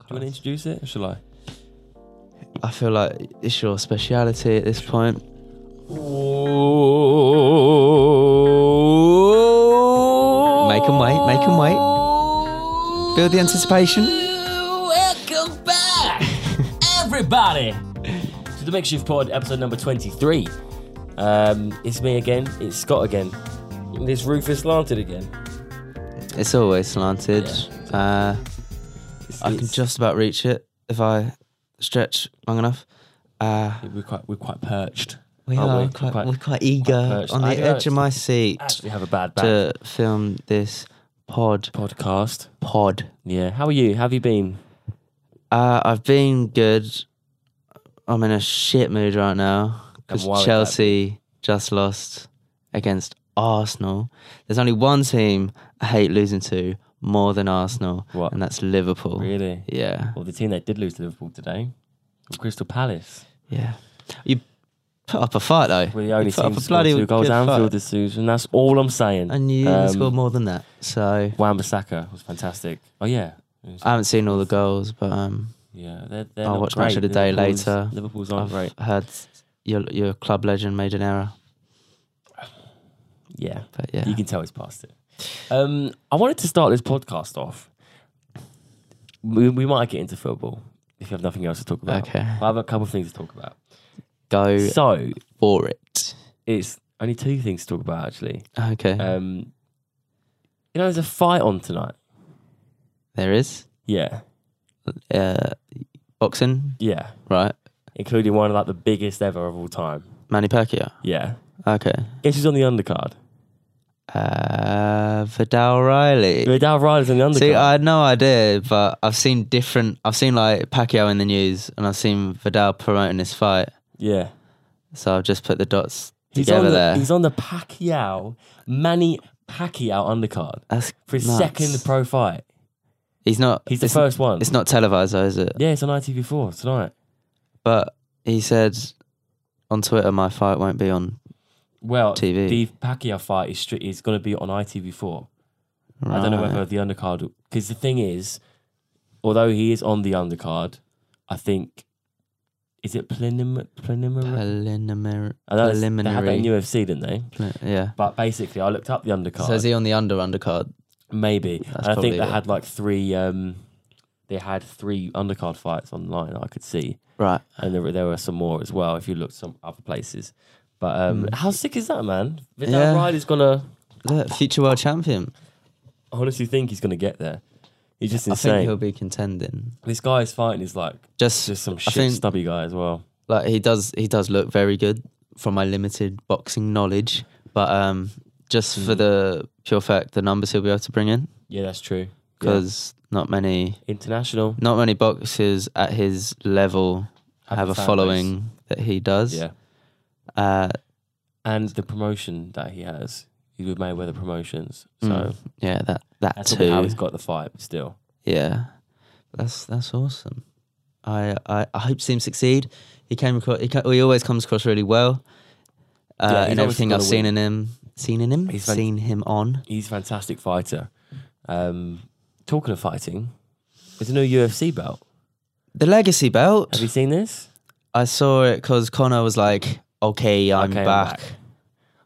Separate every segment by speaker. Speaker 1: you want to introduce it? Or shall I?
Speaker 2: I feel like it's your speciality at this point. Make 'em wait, make 'em wait. Build the anticipation.
Speaker 1: Welcome back, everybody, to the Makeshift Pod, episode number 23. Um, it's me again, it's Scott again. This roof is slanted again.
Speaker 2: It's always slanted.
Speaker 1: Yeah.
Speaker 2: uh,
Speaker 1: It's-
Speaker 2: I can
Speaker 1: it's-
Speaker 2: just about reach it if I stretch long enough. Uh,
Speaker 1: We're quite, we're quite perched.
Speaker 2: we
Speaker 1: aren't
Speaker 2: are
Speaker 1: we?
Speaker 2: quite,
Speaker 1: Oh, Quite-
Speaker 2: we're quite eager
Speaker 1: perched.
Speaker 2: on the
Speaker 1: I know
Speaker 2: edge of my seat
Speaker 1: Actually, have a bad back.
Speaker 2: to film this pod.
Speaker 1: Podcast.
Speaker 2: Pod.
Speaker 1: Yeah. How are you? How have you been?
Speaker 2: Uh, I've been good. I'm in a shit mood right now because
Speaker 1: And why would that
Speaker 2: Chelsea just lost against Arsenal. There's only one team I hate losing to more than Arsenal,
Speaker 1: What?
Speaker 2: and that's Liverpool.
Speaker 1: Really?
Speaker 2: Yeah,
Speaker 1: Well, the team that did lose to Liverpool today, Crystal Palace.
Speaker 2: yeah. You put up a fight though.
Speaker 1: We're the only
Speaker 2: you put
Speaker 1: team
Speaker 2: up
Speaker 1: to
Speaker 2: a
Speaker 1: score
Speaker 2: bloody
Speaker 1: two goals
Speaker 2: good
Speaker 1: at Anfield
Speaker 2: fight,
Speaker 1: this season. That's all I'm saying.
Speaker 2: and you
Speaker 1: Um,
Speaker 2: scored more than that. So
Speaker 1: Wan-Bissaka was fantastic. Oh yeah, It was-
Speaker 2: I haven't seen all the goals, but um,
Speaker 1: yeah. They're, they're
Speaker 2: I'll
Speaker 1: not
Speaker 2: watch
Speaker 1: great.
Speaker 2: Match of the Day
Speaker 1: Liverpool's-
Speaker 2: later.
Speaker 1: Liverpool's aren't
Speaker 2: I've
Speaker 1: great.
Speaker 2: heard your your club legend made an error.
Speaker 1: Yeah,
Speaker 2: But yeah,
Speaker 1: you can tell he's past it. Um, I wanted to start this podcast off. We, we might get into football if you have nothing else to talk about.
Speaker 2: okay,
Speaker 1: I have a couple of things to talk about.
Speaker 2: go
Speaker 1: So
Speaker 2: for it.
Speaker 1: it's only two things to talk about actually.
Speaker 2: Okay,
Speaker 1: Um, you know, there's a fight on tonight.
Speaker 2: there is.
Speaker 1: Yeah,
Speaker 2: uh, boxing,
Speaker 1: yeah,
Speaker 2: right?
Speaker 1: including one of like the biggest ever of all time.
Speaker 2: Manny Pacquiao.
Speaker 1: Yeah,
Speaker 2: Okay.
Speaker 1: guess who's on the undercard?
Speaker 2: Uh, Vidal Riley.
Speaker 1: Vidal Riders on the undercard.
Speaker 2: See, I had no idea, but I've seen different. I've seen like Pacquiao in the news, and I've seen Vidal promoting this fight.
Speaker 1: yeah.
Speaker 2: So I've just put the dots
Speaker 1: He's on
Speaker 2: together
Speaker 1: the
Speaker 2: there.
Speaker 1: he's on the Pacquiao Manny Pacquiao undercard
Speaker 2: That's
Speaker 1: for his
Speaker 2: nuts.
Speaker 1: second pro fight.
Speaker 2: He's not.
Speaker 1: He's the
Speaker 2: it's,
Speaker 1: first one.
Speaker 2: It's not televised, though, is it?
Speaker 1: yeah, it's on ITV4 tonight.
Speaker 2: But he said on Twitter, "My fight won't be on."
Speaker 1: Well,
Speaker 2: TV.
Speaker 1: the Pacquiao fight is stri- is going to be on ITV4. I don't know
Speaker 2: Right.
Speaker 1: whether the undercard because the thing is, although he is on the undercard, I think is it preliminary? preliminary?
Speaker 2: preliminary.
Speaker 1: I know it's- They had that in
Speaker 2: preliminary.
Speaker 1: UFC, didn't they?
Speaker 2: Yeah.
Speaker 1: But basically, I looked up the undercard.
Speaker 2: So is he on the under undercard?
Speaker 1: Maybe. and
Speaker 2: That's
Speaker 1: I think
Speaker 2: probably
Speaker 1: they
Speaker 2: it.
Speaker 1: had like three. Um, they had three undercard fights online. that I could see,
Speaker 2: Right.
Speaker 1: and there were, there were some more as well. If you looked some other places, but um, how sick is that, man? Vidal
Speaker 2: Hmm. Yeah.
Speaker 1: Riley's gonna.
Speaker 2: Look, future world champion.
Speaker 1: I honestly think he's gonna get there. He's just
Speaker 2: I think
Speaker 1: insane.
Speaker 2: he'll be contending.
Speaker 1: This guy is fighting is like
Speaker 2: Just,
Speaker 1: just some
Speaker 2: I
Speaker 1: shit
Speaker 2: think-
Speaker 1: stubby guy as well.
Speaker 2: like he does, he does look very good from my limited boxing knowledge. But um, just
Speaker 1: Mm.
Speaker 2: for the pure fact, the numbers he'll be able to bring in
Speaker 1: Yeah, that's true. Yeah.
Speaker 2: because not many,
Speaker 1: international
Speaker 2: not many boxers at his level have,
Speaker 1: the
Speaker 2: a
Speaker 1: fan
Speaker 2: following
Speaker 1: base.
Speaker 2: that he does.
Speaker 1: Yeah,
Speaker 2: Uh,
Speaker 1: and the promotion that he has. He's with Mayweather Promotions, so
Speaker 2: mm, yeah, that that
Speaker 1: that's probably how
Speaker 2: too.
Speaker 1: he's got the fight. Still,
Speaker 2: Yeah, that's that's awesome. I I, I hope to see him succeed. He came across. He, ca- he always comes across really well.
Speaker 1: Yeah,
Speaker 2: Uh,
Speaker 1: he's
Speaker 2: in everything
Speaker 1: obviously
Speaker 2: I've
Speaker 1: gonna
Speaker 2: seen
Speaker 1: win.
Speaker 2: in him, seen in him,
Speaker 1: He's fan-
Speaker 2: seen him on.
Speaker 1: he's a fantastic fighter. Um, talking of fighting, there's a new UFC belt.
Speaker 2: The legacy belt.
Speaker 1: Have you seen this?
Speaker 2: I saw it because Connor was like, "Okay, I'm
Speaker 1: Okay, I'm
Speaker 2: back."
Speaker 1: back.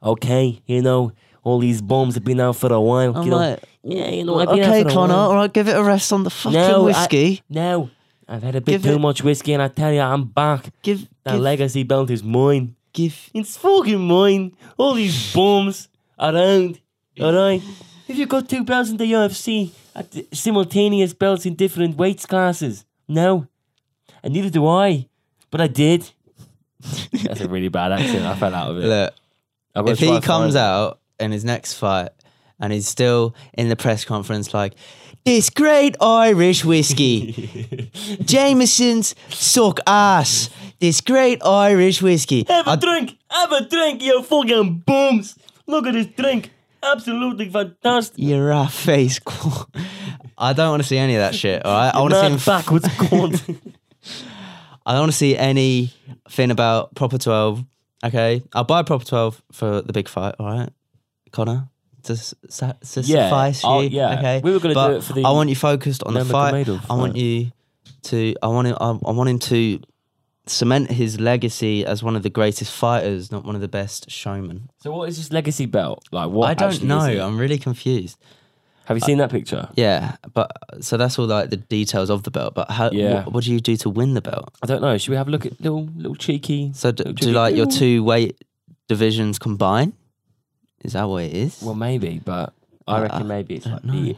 Speaker 1: Okay, you know, all these bombs have been out for a while.
Speaker 2: I'm
Speaker 1: you know.
Speaker 2: like,
Speaker 1: yeah, you know, I've been out
Speaker 2: "Okay,
Speaker 1: for a
Speaker 2: Connor,
Speaker 1: while.
Speaker 2: all right, give it a rest on the fucking
Speaker 1: No, I-
Speaker 2: whiskey.
Speaker 1: No, I've had a bit
Speaker 2: Give
Speaker 1: too
Speaker 2: it-
Speaker 1: much whiskey, and I tell you, I'm back.
Speaker 2: Give,
Speaker 1: That
Speaker 2: give,
Speaker 1: legacy belt is mine.
Speaker 2: give,
Speaker 1: It's fucking mine. All these bombs around. All right. If you got two belts in the UFC, at the- simultaneous belts in different weights classes, no. And neither do I, but I did. That's a really bad accent. I fell out of it.
Speaker 2: Look, if he comes out in his next fight and he's still in the press conference like this great irish whiskey jameson's suck ass this great irish whiskey
Speaker 1: have a
Speaker 2: I-
Speaker 1: drink, have a drink, you fucking bombs. Look at this drink. Absolutely fantastic.
Speaker 2: your rough face qu- i don't want to see any of that shit all right i want to see
Speaker 1: Man
Speaker 2: him f-
Speaker 1: backwards cunt.
Speaker 2: i don't want to see anything about proper 12 okay i'll buy proper 12 for the big fight all right connor to, s- sa- to
Speaker 1: Yeah,
Speaker 2: suffice you
Speaker 1: I'll- yeah.
Speaker 2: okay
Speaker 1: We were gonna do
Speaker 2: But
Speaker 1: it for the
Speaker 2: I want you focused on the fight.
Speaker 1: Nurmagomedov
Speaker 2: I want
Speaker 1: fight.
Speaker 2: you to I want him I, I want him to cement his legacy as one of the greatest fighters, not one of the best showmen.
Speaker 1: So what is his legacy belt? Like what
Speaker 2: I don't
Speaker 1: actually is
Speaker 2: know.
Speaker 1: it?
Speaker 2: I'm really confused.
Speaker 1: Have you seen that picture?
Speaker 2: Yeah, but so that's all like the details of the belt. But how?
Speaker 1: Yeah.
Speaker 2: What, what do you do to win the belt?
Speaker 1: I don't know. Should we have a look at little little cheeky
Speaker 2: So do,
Speaker 1: Little
Speaker 2: do like your
Speaker 1: cheeky-
Speaker 2: two weight divisions combine? Is that what it is?
Speaker 1: Well, maybe, but I
Speaker 2: Uh,
Speaker 1: reckon maybe it's
Speaker 2: don't
Speaker 1: like the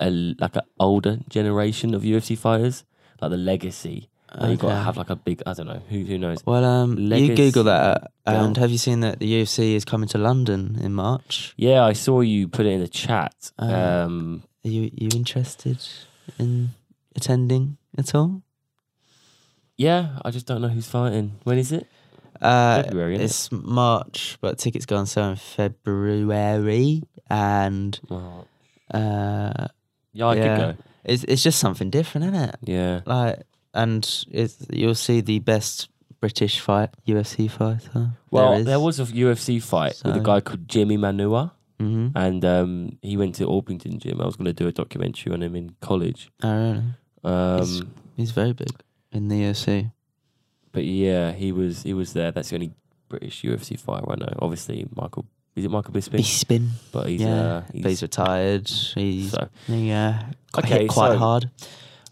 Speaker 1: a, like an older generation of UFC fighters, like the legacy. Like you got to
Speaker 2: Okay.
Speaker 1: have like a big. I don't know who who knows.
Speaker 2: Well, um, you
Speaker 1: Legacy
Speaker 2: Google that, uh, and
Speaker 1: belt.
Speaker 2: have you seen that the UFC is coming to London in March?
Speaker 1: Yeah, I saw you put it in the chat.
Speaker 2: Uh,
Speaker 1: um,
Speaker 2: Are you you interested in attending at all?
Speaker 1: yeah, I just don't know who's fighting. When is it?
Speaker 2: Uh,
Speaker 1: February, isn't it?
Speaker 2: it's March, but tickets go on sale in February, and
Speaker 1: March.
Speaker 2: uh,
Speaker 1: Yeah, I
Speaker 2: Yeah.
Speaker 1: could go.
Speaker 2: it's it's just something different, isn't it?
Speaker 1: Yeah,
Speaker 2: Like, and it's, you'll see the best British fight UFC fighter.
Speaker 1: well,
Speaker 2: is.
Speaker 1: there, was a UFC fight with
Speaker 2: So-
Speaker 1: a guy called Jimmy Manua,
Speaker 2: Mhm.
Speaker 1: and um, he went to Orpington Gym. I was going to do a documentary on him in college.
Speaker 2: I don't know.
Speaker 1: Um,
Speaker 2: He's- He's very big in the UFC.
Speaker 1: But yeah, he was he was there. That's the only British UFC fighter I know. Obviously, Michael is it Michael Bisping?
Speaker 2: Bispin.
Speaker 1: but he's
Speaker 2: yeah,
Speaker 1: uh, he's,
Speaker 2: He's, retired. He's
Speaker 1: so
Speaker 2: yeah, got
Speaker 1: Okay,
Speaker 2: hit quite
Speaker 1: so-
Speaker 2: hard.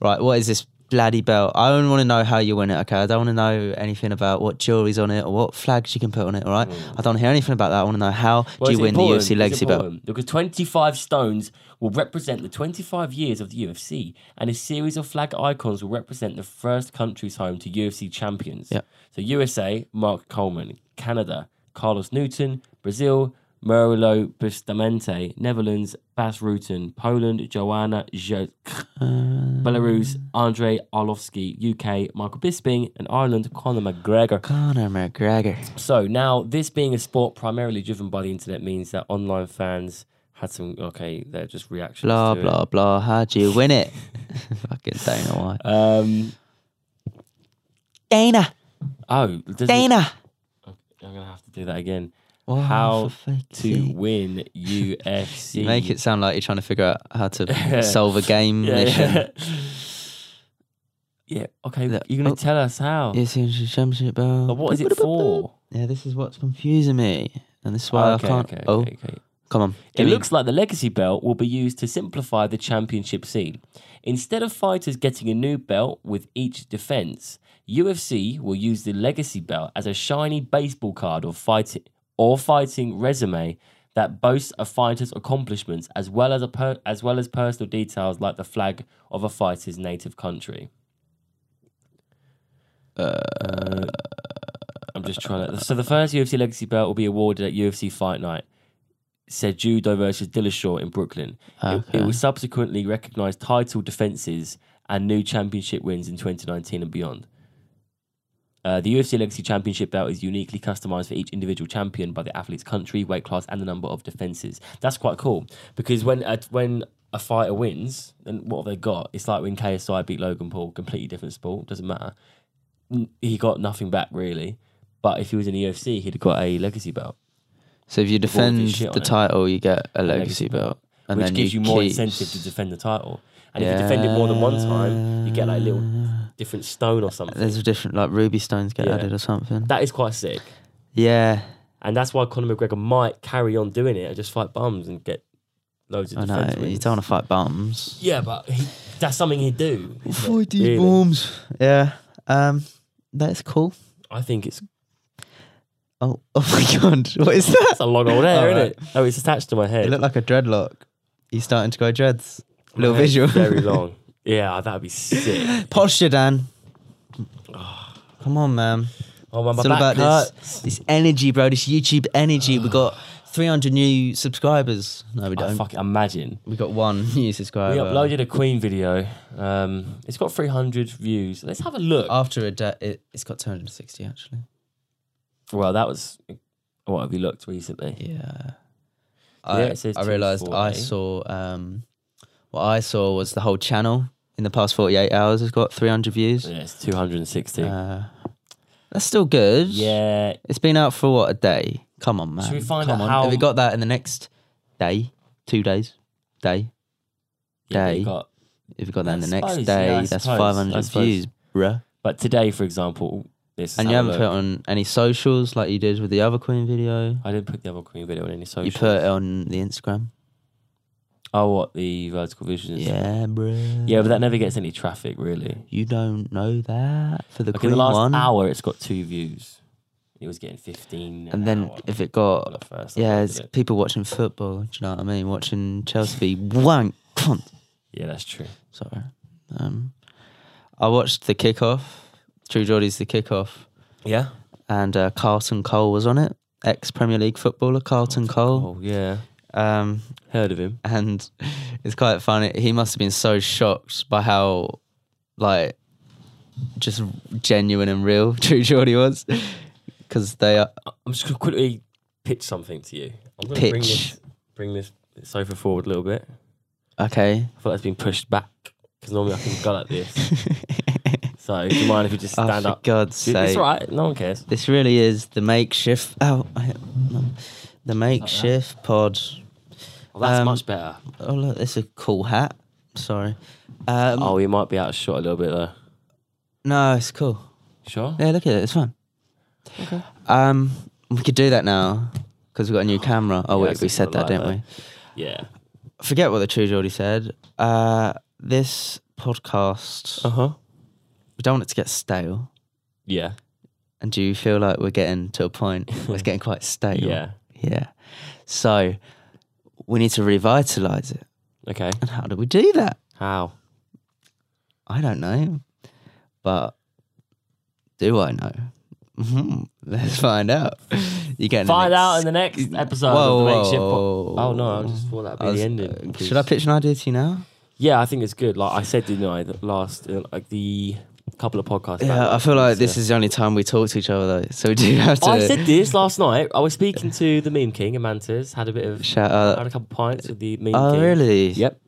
Speaker 2: Right, what is this bloody belt? I don't want to know how you win it. Okay, I don't want to know anything about what jewelry's on it or what flags you can put on it. All right, I don't want to hear anything about that. I want to know how
Speaker 1: Well,
Speaker 2: do you
Speaker 1: it's
Speaker 2: win the
Speaker 1: important,
Speaker 2: UFC
Speaker 1: it's
Speaker 2: legacy belt.
Speaker 1: important, because twenty five stones will represent the twenty five years of the UFC, and a series of flag icons will represent the first countries home to UFC champions.
Speaker 2: Yeah.
Speaker 1: So USA, Mark Coleman, Canada, Carlos Newton, Brazil. Murilo Bustamante, Netherlands, Bas Rutten, Poland, Joanna Jo-
Speaker 2: Uh,
Speaker 1: Belarus, Andre Arlovsky, UK, Michael Bisping, and Ireland, Conor McGregor.
Speaker 2: Conor McGregor.
Speaker 1: So now, this being a sport primarily driven by the internet means that online fans had some okay, they're just reactions.
Speaker 2: Blah
Speaker 1: to
Speaker 2: blah blah. How do you win it? Fucking Dana White.
Speaker 1: It. Um.
Speaker 2: Dana.
Speaker 1: Oh, does it,
Speaker 2: Dana.
Speaker 1: I'm gonna have to do that again.
Speaker 2: Wow,
Speaker 1: How
Speaker 2: for fuck's
Speaker 1: To
Speaker 2: sake.
Speaker 1: win UFC,
Speaker 2: You make it sound like you're trying to figure out how to solve a game
Speaker 1: Yeah.
Speaker 2: mission.
Speaker 1: Yeah. Yeah, Okay.
Speaker 2: Look,
Speaker 1: You're gonna
Speaker 2: oh.
Speaker 1: tell us how.
Speaker 2: Yes, the International Championship
Speaker 1: But
Speaker 2: Bell.
Speaker 1: what is it for?
Speaker 2: Yeah, this is what's confusing me, and this is why
Speaker 1: okay,
Speaker 2: I can't.
Speaker 1: okay,
Speaker 2: oh,
Speaker 1: okay, okay.
Speaker 2: come on!
Speaker 1: It
Speaker 2: give me-
Speaker 1: looks like the legacy belt will be used to simplify the championship scene. Instead of fighters getting a new belt with each defense, UFC will use the legacy belt as a shiny baseball card or fighting or fighting resume that boasts a fighter's accomplishments as well as a per, as well as personal details like the flag of a fighter's native country. Uh, I'm just trying to. So the first UFC legacy belt will be awarded at UFC Fight Night. Said Judo versus Dillashaw in Brooklyn. It- It,
Speaker 2: Okay.
Speaker 1: will subsequently recognize title defenses and new championship wins in 2019 and beyond. Uh, the UFC Legacy Championship belt is uniquely customized for each individual champion by the athlete's country, weight class, and the number of defenses. That's quite cool because when a, when a fighter wins, then what have they got? It's like when KSI beat Logan Paul, completely different sport, doesn't matter. N- He got nothing back really, but if he was in the UFC, he'd have got a legacy belt,
Speaker 2: So if you defend
Speaker 1: shit on
Speaker 2: the
Speaker 1: it.
Speaker 2: title, you get a
Speaker 1: legacy
Speaker 2: legacy belt, and
Speaker 1: which
Speaker 2: then
Speaker 1: gives you,
Speaker 2: you,
Speaker 1: more
Speaker 2: keep-
Speaker 1: incentive to defend the title. And if you defend it more than one time, you get like a little different stone or something.
Speaker 2: There's a different like ruby stones get
Speaker 1: Yeah.
Speaker 2: added or something.
Speaker 1: that is quite sick.
Speaker 2: yeah,
Speaker 1: And that's why Conor McGregor might carry on doing it and just fight bums and get loads of
Speaker 2: I know.
Speaker 1: defense
Speaker 2: uh, You
Speaker 1: wins.
Speaker 2: don't want to fight bums.
Speaker 1: Yeah, but he, that's something he'd do. isn't it? Really.
Speaker 2: bums. Yeah. Um, that's cool.
Speaker 1: I think it's
Speaker 2: Oh, oh my god, what is that?
Speaker 1: that's a long old hair,
Speaker 2: All
Speaker 1: isn't
Speaker 2: right.
Speaker 1: it? Oh, it's attached to my head.
Speaker 2: It looked like a dreadlock. He's starting to go dreads.
Speaker 1: My
Speaker 2: Little
Speaker 1: hair's
Speaker 2: visual.
Speaker 1: Very long. Yeah, that'd be sick.
Speaker 2: Posture, Dan. Come on, man.
Speaker 1: Oh, my, my
Speaker 2: It's all
Speaker 1: back
Speaker 2: about
Speaker 1: hurts.
Speaker 2: this, this energy, bro. This YouTube energy. We got 300 new subscribers. No, we
Speaker 1: I
Speaker 2: don't.
Speaker 1: Ah, fuck imagine.
Speaker 2: we got one new subscriber.
Speaker 1: We uploaded a Queen video. Um, it's got 300 views. Let's have a look.
Speaker 2: After a day, it, it's got 260 actually.
Speaker 1: well, that was what have you looked recently?
Speaker 2: Yeah. I,
Speaker 1: Yeah, it says
Speaker 2: I realized I
Speaker 1: 240.
Speaker 2: saw um, what I saw was the whole channel in the past 48 hours has got 300 views.
Speaker 1: Yeah, it's 260.
Speaker 2: Uh, that's still good.
Speaker 1: yeah,
Speaker 2: It's been out for what a day. Come on, man.
Speaker 1: Should we find
Speaker 2: Come
Speaker 1: out
Speaker 2: on.
Speaker 1: how-
Speaker 2: Have we got that in the next day, two days, day,
Speaker 1: yeah but
Speaker 2: Day.
Speaker 1: you got
Speaker 2: If you got that in
Speaker 1: I
Speaker 2: the next
Speaker 1: suppose,
Speaker 2: day,
Speaker 1: yeah, I
Speaker 2: that's
Speaker 1: suppose,
Speaker 2: 500
Speaker 1: I suppose.
Speaker 2: views, bruh.
Speaker 1: But today, for example, this.
Speaker 2: And you haven't put on any socials like you did with the other Queen video.
Speaker 1: I didn't put the other Queen video on any social.
Speaker 2: You put it on the Instagram.
Speaker 1: Oh, what the vertical vision? is-
Speaker 2: Yeah, bruh.
Speaker 1: Yeah, but that never gets any traffic, really.
Speaker 2: You don't know that for the
Speaker 1: Like in
Speaker 2: Queen
Speaker 1: the last
Speaker 2: one.
Speaker 1: hour, it's got two views. It was getting fifteen. an
Speaker 2: And then
Speaker 1: hour
Speaker 2: if it
Speaker 1: for
Speaker 2: got
Speaker 1: the first
Speaker 2: yeah,
Speaker 1: upload,
Speaker 2: it's
Speaker 1: didn't it?
Speaker 2: people watching football. Do you know what I mean? Watching Chelsea wank. cunt.
Speaker 1: yeah, that's true.
Speaker 2: Sorry. Um, I watched the kickoff. True Geordie's the kickoff,
Speaker 1: Yeah.
Speaker 2: and uh, Carlton Cole was on it. Ex Premier League footballer Carlton Cole.
Speaker 1: Oh yeah,
Speaker 2: Um,
Speaker 1: heard of him.
Speaker 2: and it's quite funny. He must have been so shocked by how, like, just genuine and real True Geordie was, because they are
Speaker 1: I'm just gonna quickly pitch something to you. I'm gonna bring
Speaker 2: Pitch.
Speaker 1: this bring this sofa forward a little bit.
Speaker 2: okay.
Speaker 1: I thought it's been pushed back because normally I can go like this. so do you mind if you just
Speaker 2: Oh,
Speaker 1: stand
Speaker 2: for
Speaker 1: up?
Speaker 2: God's
Speaker 1: It's
Speaker 2: sake!
Speaker 1: all right. No one cares.
Speaker 2: This really is the makeshift. Oh, I, no. the makeshift pod.
Speaker 1: Well, that's
Speaker 2: Um,
Speaker 1: much better.
Speaker 2: Oh look, this is a cool hat. Sorry. Um,
Speaker 1: Oh, you might be out of shot a little bit though.
Speaker 2: no, it's cool.
Speaker 1: Sure.
Speaker 2: Yeah, look at it. It's fun.
Speaker 1: Okay.
Speaker 2: Um, we could do that now because we got a new camera. Oh
Speaker 1: Yeah,
Speaker 2: wait,
Speaker 1: I
Speaker 2: we
Speaker 1: see
Speaker 2: said
Speaker 1: the
Speaker 2: that,
Speaker 1: light
Speaker 2: didn't
Speaker 1: there.
Speaker 2: we?
Speaker 1: Yeah.
Speaker 2: Forget what the true Geordie said. Uh, this podcast,
Speaker 1: Uh huh.
Speaker 2: we don't want it to get stale.
Speaker 1: Yeah.
Speaker 2: And do you feel like we're getting to a point where it's getting quite stale?
Speaker 1: Yeah.
Speaker 2: Yeah. So we need to revitalize it.
Speaker 1: Okay.
Speaker 2: And how do we do that?
Speaker 1: How?
Speaker 2: I don't know. But do I know? Hmm, Let's find out. You get
Speaker 1: Find out in the next episode
Speaker 2: Whoa,
Speaker 1: of the makeshift.
Speaker 2: whoa.
Speaker 1: Po- oh no! I just thought that'd be
Speaker 2: I was-
Speaker 1: the ending.
Speaker 2: uh, should I
Speaker 1: because-
Speaker 2: pitch an idea to you now?
Speaker 1: Yeah, I think it's good. Like I said, didn't I? The last uh, like the couple of podcasts.
Speaker 2: Yeah,
Speaker 1: back,
Speaker 2: I feel like this
Speaker 1: yeah.
Speaker 2: is the only time we talk to each other though, so we do have to.
Speaker 1: Oh, I said this last night. I was speaking to the Meme King, Amantis. Had a bit of
Speaker 2: Shout out.
Speaker 1: had a couple pints with the Meme
Speaker 2: Oh
Speaker 1: King.
Speaker 2: really?
Speaker 1: Yep.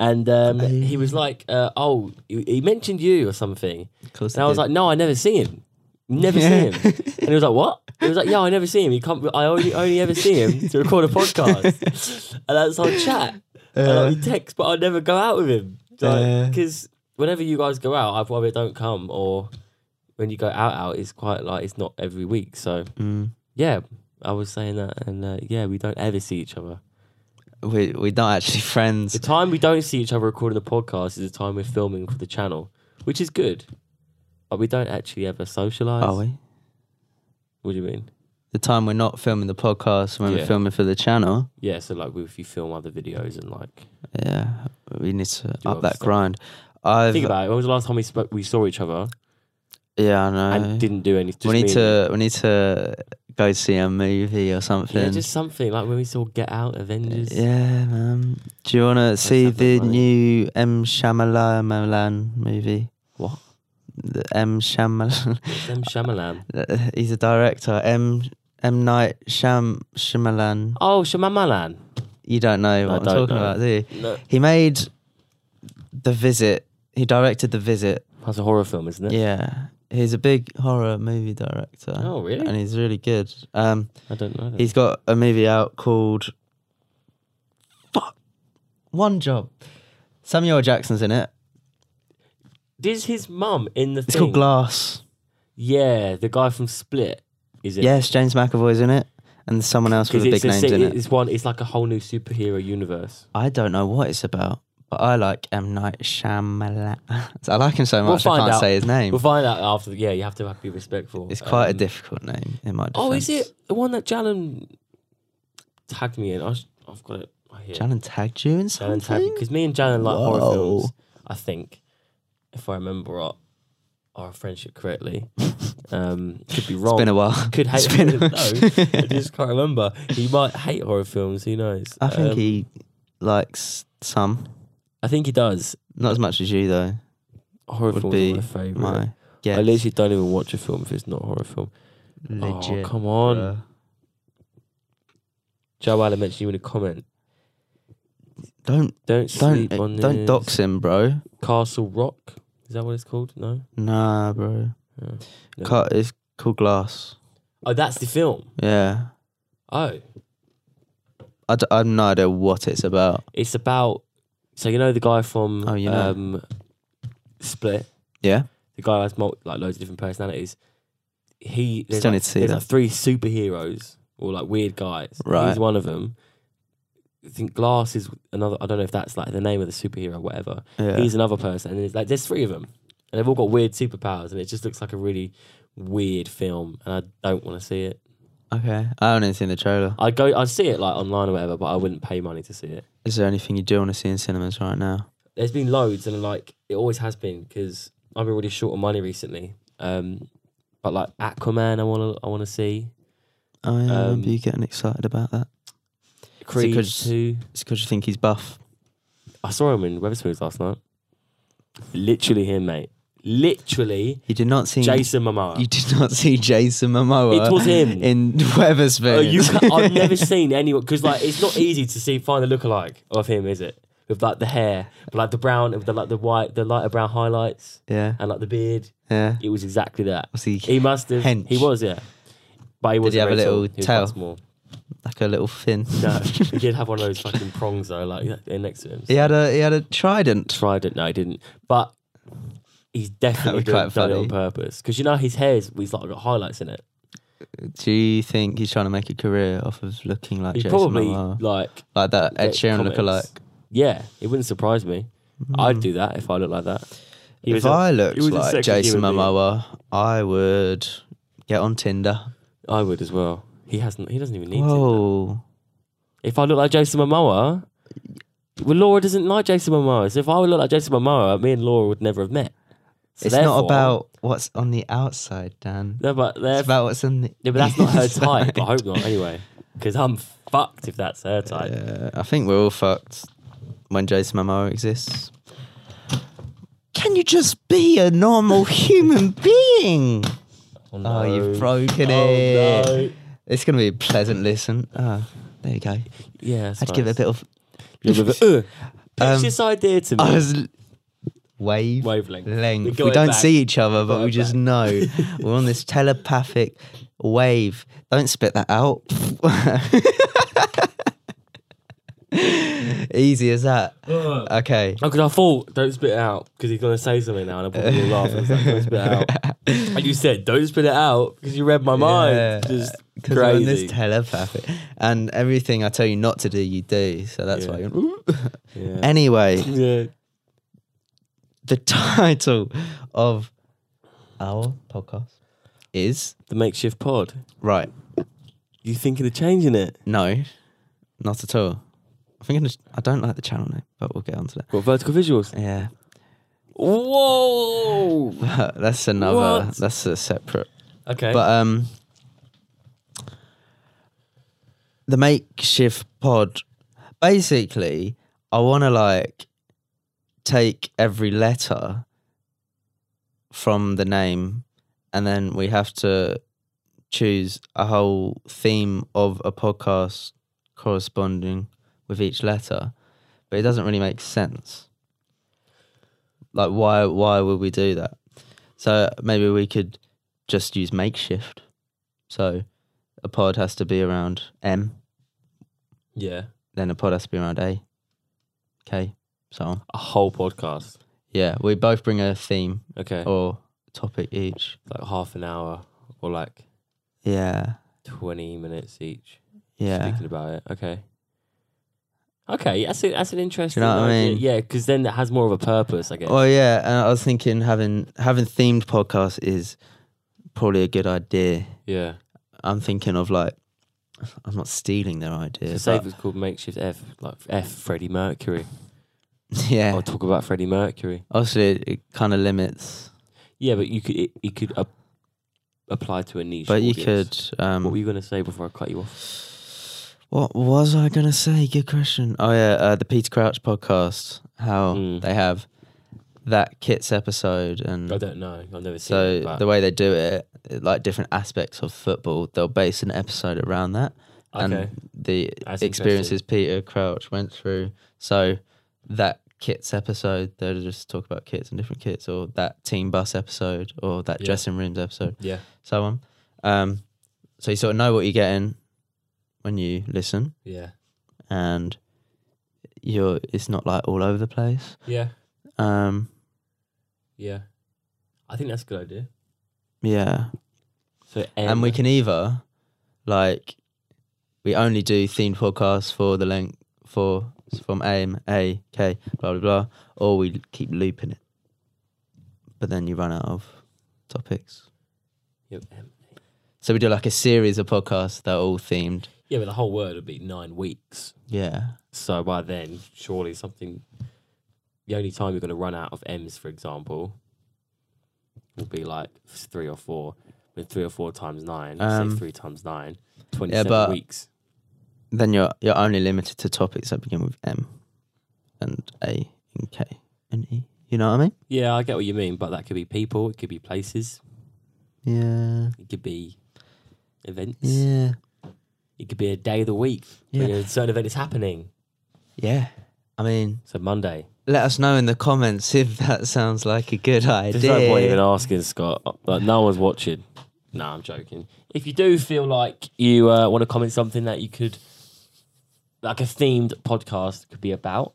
Speaker 1: And um,
Speaker 2: Hey.
Speaker 1: he was like, uh, "Oh, he he mentioned you or something."
Speaker 2: Of course.
Speaker 1: And I was like, "No, I never see him. Never
Speaker 2: Yeah.
Speaker 1: see him." And he was like, "What?" He was like, "Yeah, I never see him. He can't. I only only ever see him to record a podcast, and that's on chat. and like, we text, but I never go out with him
Speaker 2: Yeah.
Speaker 1: because whenever you guys go out, I probably don't come, or when you go out, out it's quite like it's not every week. So
Speaker 2: Mm.
Speaker 1: yeah, I was saying that, and uh, yeah, we don't ever see each other.
Speaker 2: we we're not actually friends.
Speaker 1: The time we don't see each other recording the podcast is the time we're filming for the channel, which is good. But we don't actually ever socialize.
Speaker 2: Are we?
Speaker 1: What do you mean?
Speaker 2: The time we're not filming the podcast when we're
Speaker 1: Yeah.
Speaker 2: filming for the channel.
Speaker 1: Yeah, so like if you film other videos and like
Speaker 2: Yeah, we need to
Speaker 1: you
Speaker 2: up that
Speaker 1: understand?
Speaker 2: grind. I've
Speaker 1: think about it. When was the last time we spoke? We saw each other
Speaker 2: yeah, I know.
Speaker 1: and didn't do anything.
Speaker 2: Uh, we need to we need to go see a movie or something.
Speaker 1: yeah, just something like when we saw Get Out, Avengers.
Speaker 2: Yeah, man. Do you want to see the
Speaker 1: something like-
Speaker 2: new M Shyamalan movie?
Speaker 1: What?
Speaker 2: The M Shyamalan.
Speaker 1: M. Shyamalan.
Speaker 2: He's a director. M M Night Sham Shyamalan.
Speaker 1: Oh, Shyamalan.
Speaker 2: You don't know
Speaker 1: I
Speaker 2: what I'm
Speaker 1: don't
Speaker 2: talking
Speaker 1: know.
Speaker 2: about, do you?
Speaker 1: No.
Speaker 2: He made The Visit. He directed The Visit.
Speaker 1: That's a horror film, isn't it?
Speaker 2: Yeah. He's a big horror movie director.
Speaker 1: Oh, really?
Speaker 2: And he's really good. Um
Speaker 1: I don't know. that.
Speaker 2: He's got a movie out called Fuck One Job. Samuel Jackson's in it.
Speaker 1: Is his mum in the
Speaker 2: It's
Speaker 1: thing?
Speaker 2: called Glass.
Speaker 1: yeah, the guy from Split. Is it?
Speaker 2: Yes, James McAvoy's in it, and someone else with
Speaker 1: because
Speaker 2: a
Speaker 1: it's
Speaker 2: big name's
Speaker 1: a,
Speaker 2: in it.
Speaker 1: It's one. It's like a whole new superhero universe.
Speaker 2: I don't know what it's about, but I like M Night Shyamalan. I like him so
Speaker 1: We'll
Speaker 2: much I
Speaker 1: find
Speaker 2: can't
Speaker 1: out.
Speaker 2: say his name.
Speaker 1: We'll find out after. Yeah, you have to be respectful.
Speaker 2: it's quite a
Speaker 1: Um,
Speaker 2: difficult name in my defense.
Speaker 1: Oh, is it the one that Jalen tagged me in? I was, I've got it right here.
Speaker 2: Jalen tagged you in
Speaker 1: Jalen
Speaker 2: something?
Speaker 1: tagged because me and Jalen like horror
Speaker 2: Whoa.
Speaker 1: films. I think, if I remember our, our friendship correctly, um, could be wrong.
Speaker 2: It's been a while.
Speaker 1: could
Speaker 2: It's
Speaker 1: hate.
Speaker 2: been a
Speaker 1: no,
Speaker 2: while.
Speaker 1: I just can't remember. He might hate horror films. Who knows?
Speaker 2: I think
Speaker 1: Um,
Speaker 2: he likes some.
Speaker 1: I think he does.
Speaker 2: Not as much as you though.
Speaker 1: Horror
Speaker 2: Would
Speaker 1: films
Speaker 2: be
Speaker 1: are my favorite.
Speaker 2: My guess.
Speaker 1: I literally don't even watch a film if it's not a horror film.
Speaker 2: Legit,
Speaker 1: oh come on,
Speaker 2: bruh.
Speaker 1: Joe Allen mentioned you in a comment.
Speaker 2: Don't
Speaker 1: Don't
Speaker 2: don't eh,
Speaker 1: sleep on
Speaker 2: don't
Speaker 1: this.
Speaker 2: dox him, bro.
Speaker 1: Castle Rock. Is that what it's called? No.
Speaker 2: Nah, bro.
Speaker 1: Yeah. No.
Speaker 2: Cut it's called glass.
Speaker 1: Oh, that's the film.
Speaker 2: Yeah,
Speaker 1: Oh,
Speaker 2: I d- I've no idea what it's about.
Speaker 1: it's about So you know the guy from
Speaker 2: Oh, you know.
Speaker 1: um, Split,
Speaker 2: Yeah.
Speaker 1: the guy who has mul- like loads of different personalities. He there's,
Speaker 2: Still
Speaker 1: like,
Speaker 2: need to see
Speaker 1: there's
Speaker 2: that.
Speaker 1: like three superheroes or like weird guys.
Speaker 2: Right.
Speaker 1: He's one of them. I think Glass is another. I don't know if that's like the name of the superhero, or whatever.
Speaker 2: Yeah.
Speaker 1: He's another person, and it's like there's three of them, and they've all got weird superpowers, and it just looks like a really weird film, and I don't want to see it.
Speaker 2: okay. I haven't even seen the trailer.
Speaker 1: I'd go, I'd see it like online or whatever, but I wouldn't pay money to see it.
Speaker 2: Is there anything you do want to see in cinemas right now?
Speaker 1: there's been loads and like it always has been because I've been really short on money recently. Um, but like Aquaman, I want to I want to see
Speaker 2: Oh, yeah, I remember
Speaker 1: Um,
Speaker 2: you getting excited about that.
Speaker 1: Creed
Speaker 2: good s-
Speaker 1: two.
Speaker 2: It's because you think he's buff.
Speaker 1: I saw him in Weatherspoons last night. Literally him, mate. Literally
Speaker 2: You did not see
Speaker 1: Jason Momoa.
Speaker 2: You did not see Jason Momoa.
Speaker 1: It was him.
Speaker 2: in Weatherspoons.
Speaker 1: Oh, you ca- I've never seen anyone because like it's not easy to see find a lookalike of him, is it? With like the hair, but, like the brown, with the like the white, the lighter brown highlights,
Speaker 2: yeah,
Speaker 1: and like the beard.
Speaker 2: yeah.
Speaker 1: It was exactly that.
Speaker 2: Was he,
Speaker 1: He must have.
Speaker 2: Hench.
Speaker 1: He was, yeah. But he was
Speaker 2: he have a little
Speaker 1: he was
Speaker 2: tail?
Speaker 1: quite small.
Speaker 2: like a little fin?
Speaker 1: No, he did have one of those fucking prongs though, like they're next to him.
Speaker 2: He had a he had a trident.
Speaker 1: Tried it, no, he didn't. But he's definitely
Speaker 2: That'd be
Speaker 1: doing-
Speaker 2: quite
Speaker 1: done it
Speaker 2: funny.
Speaker 1: on purpose because you know his hair's he's like got highlights in it.
Speaker 2: Do you think he's trying to make a career off of looking like
Speaker 1: He's
Speaker 2: Jason
Speaker 1: probably
Speaker 2: Momoa?
Speaker 1: like
Speaker 2: like that Ed
Speaker 1: get
Speaker 2: Sheeran
Speaker 1: comments.
Speaker 2: lookalike?
Speaker 1: Yeah, it wouldn't surprise me. I'd do that if I looked like that. He
Speaker 2: If
Speaker 1: was a-
Speaker 2: I looked
Speaker 1: he was a
Speaker 2: like
Speaker 1: sexy
Speaker 2: Jason
Speaker 1: human being.
Speaker 2: Momoa, I would get on Tinder.
Speaker 1: I would as well. He hasn't. He doesn't even need to.
Speaker 2: Whoa.
Speaker 1: If I look like Jason Momoa, well, Laura doesn't like Jason Momoa. So if I would look like Jason Momoa, me and Laura would never have met. So
Speaker 2: it's not
Speaker 1: therefore-
Speaker 2: about what's on the outside, Dan.
Speaker 1: No, but
Speaker 2: It's
Speaker 1: therefore,
Speaker 2: about what's on the
Speaker 1: Yeah, but that's not her
Speaker 2: inside.
Speaker 1: type. I hope not. Anyway, because I'm fucked if that's her type.
Speaker 2: Uh, I think we're all fucked when Jason Momoa exists. Can you just be a normal human being?
Speaker 1: Oh,
Speaker 2: Oh, you've broken
Speaker 1: Oh,
Speaker 2: it.
Speaker 1: no.
Speaker 2: It's going to be a pleasant listen. Oh, there you go.
Speaker 1: Yeah,
Speaker 2: I'd give it a bit of.
Speaker 1: Give it a bit. Uh, pitch
Speaker 2: Um,
Speaker 1: this idea to me.
Speaker 2: I was wave
Speaker 1: Wavelength. We
Speaker 2: length.
Speaker 1: got
Speaker 2: We
Speaker 1: it
Speaker 2: don't
Speaker 1: back.
Speaker 2: see each other, but
Speaker 1: got
Speaker 2: we
Speaker 1: it
Speaker 2: just
Speaker 1: back.
Speaker 2: know we're on this telepathic wave. Don't spit that out. Easy as that.
Speaker 1: Ugh.
Speaker 2: Okay.
Speaker 1: Oh, because I thought, don't spit it out, because he's going to say something now, and I probably will laugh. I was like, don't spit it out. And you said, don't spit it out, because you read my mind.
Speaker 2: Yeah, uh,
Speaker 1: Just
Speaker 2: 'cause we're on
Speaker 1: crazy.
Speaker 2: this telepathic, and everything I tell you not to do, you do. So that's why.
Speaker 1: Yeah.
Speaker 2: You're,
Speaker 1: yeah.
Speaker 2: anyway,
Speaker 1: yeah.
Speaker 2: the title of our podcast is
Speaker 1: The makeshift pod.
Speaker 2: right.
Speaker 1: You thinking of changing it?
Speaker 2: No, not at all. I think I'm just, I don't like the channel name, but we'll get onto that.
Speaker 1: What, vertical visuals?
Speaker 2: Yeah,
Speaker 1: Whoa!
Speaker 2: that's another.
Speaker 1: What?
Speaker 2: That's a separate.
Speaker 1: Okay.
Speaker 2: But um, the makeshift pod. Basically, I want to like take every letter from the name, and then we have to choose a whole theme of a podcast corresponding with each letter. But it doesn't really make sense. Like, why? Why would we do that? So maybe we could just use makeshift. So a pod has to be around M,
Speaker 1: yeah.
Speaker 2: then a pod has to be around A, K, so on.
Speaker 1: A whole podcast.
Speaker 2: Yeah, we both bring a theme
Speaker 1: Okay.
Speaker 2: or topic each.
Speaker 1: like half an hour or like
Speaker 2: Yeah,
Speaker 1: 20 minutes each
Speaker 2: yeah.
Speaker 1: speaking about it. Okay. Okay, that's a, that's an interesting.
Speaker 2: what I
Speaker 1: idea.
Speaker 2: mean? Oh.
Speaker 1: Yeah, because then it has more of a purpose, I guess.
Speaker 2: Well, yeah, and I was thinking having having themed podcasts is probably a good idea.
Speaker 1: yeah.
Speaker 2: I'm thinking of like, I'm not stealing their
Speaker 1: So
Speaker 2: idea.
Speaker 1: say it
Speaker 2: but-
Speaker 1: was called Makeshift F, like F Freddie Mercury.
Speaker 2: yeah,
Speaker 1: I'll talk about Freddie Mercury.
Speaker 2: obviously it, it kind of limits,
Speaker 1: Yeah, but you could it, it could ap- apply to a niche.
Speaker 2: but you
Speaker 1: audience.
Speaker 2: could. Um,
Speaker 1: What were you going to say before I cut you off?
Speaker 2: What was I gonna say? Good question. Oh yeah, uh, the Peter Crouch podcast. How
Speaker 1: Mm.
Speaker 2: they have that Kits episode, and
Speaker 1: I don't know. I've never seen
Speaker 2: Mm. so
Speaker 1: it. But
Speaker 2: the way they do it, it- like different aspects of football, they'll base an episode around that
Speaker 1: Okay.
Speaker 2: and the
Speaker 1: That's
Speaker 2: experiences Peter Crouch went through. So that Kits episode, they'll just talk about kits and different kits, or that team bus episode, or that
Speaker 1: Yeah.
Speaker 2: dressing rooms episode
Speaker 1: yeah,
Speaker 2: so on. Um, so you sort of know what you're getting when you listen,
Speaker 1: yeah.
Speaker 2: and you're it's not like all over the place.
Speaker 1: Yeah.
Speaker 2: Um,
Speaker 1: Yeah. I think that's a good idea.
Speaker 2: yeah,
Speaker 1: So
Speaker 2: and we can either like we only do themed podcasts for the length for from aim a k blah blah blah, or we keep looping it. But then you run out of topics,
Speaker 1: Yep, M.
Speaker 2: so we do like a series of podcasts that are all themed.
Speaker 1: Yeah, but the whole word would be nine weeks.
Speaker 2: Yeah,
Speaker 1: So by then, surely something. The only time you're going to run out of M's, for example, will be like three or four. With three or four times nine,
Speaker 2: Um,
Speaker 1: say three times nine, 27
Speaker 2: but-
Speaker 1: weeks.
Speaker 2: then you're you're only limited to topics that begin with M and A and K and E. You know what I mean?
Speaker 1: Yeah, I get what you mean, but that could be people, it could be places,
Speaker 2: Yeah.
Speaker 1: it could be events,
Speaker 2: Yeah.
Speaker 1: it could be a day of the week.
Speaker 2: Yeah.
Speaker 1: When a certain event is happening.
Speaker 2: Yeah. I mean,
Speaker 1: So Monday.
Speaker 2: let us know in the comments if that sounds like a good idea.
Speaker 1: There's no point even asking, Scott. Like, no one's watching. No, I'm joking. If you do feel like you uh, want to comment something that you could, like a themed podcast could be about,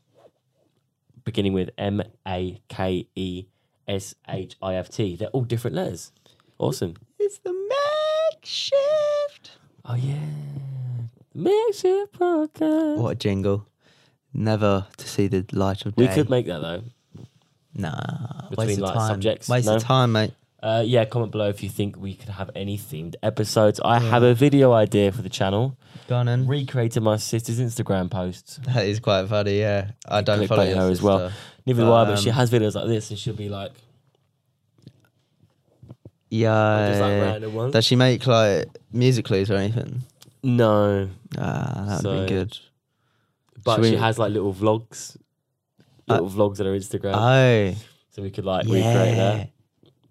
Speaker 1: beginning with M A K E S H I F T. They're all different letters. Awesome.
Speaker 2: It's the makeshift.
Speaker 1: Oh, yeah. Makeshift podcast.
Speaker 2: What a jingle. Never to see the light of day.
Speaker 1: We could make that though.
Speaker 2: nah.
Speaker 1: Between,
Speaker 2: waste of
Speaker 1: like,
Speaker 2: time.
Speaker 1: subjects,
Speaker 2: Waste
Speaker 1: no?
Speaker 2: of time, mate.
Speaker 1: Uh, yeah, comment below if you think we could have any themed episodes. I have a video idea for the channel.
Speaker 2: Gone in.
Speaker 1: recreated my sister's Instagram posts.
Speaker 2: That is quite funny, yeah. I don't
Speaker 1: Clickbait
Speaker 2: follow your
Speaker 1: her as well.
Speaker 2: sister.
Speaker 1: Neither do I, but
Speaker 2: Um,
Speaker 1: she has videos like this, and she'll be like,
Speaker 2: Yeah.
Speaker 1: just like random ones.
Speaker 2: Does she make like music clues or anything?
Speaker 1: "No,"
Speaker 2: Ah, that would
Speaker 1: So-
Speaker 2: be good.
Speaker 1: but
Speaker 2: Should we-
Speaker 1: she has like little vlogs, little vlogs on her Instagram,
Speaker 2: Oh,
Speaker 1: so we could like recreate
Speaker 2: yeah.
Speaker 1: that.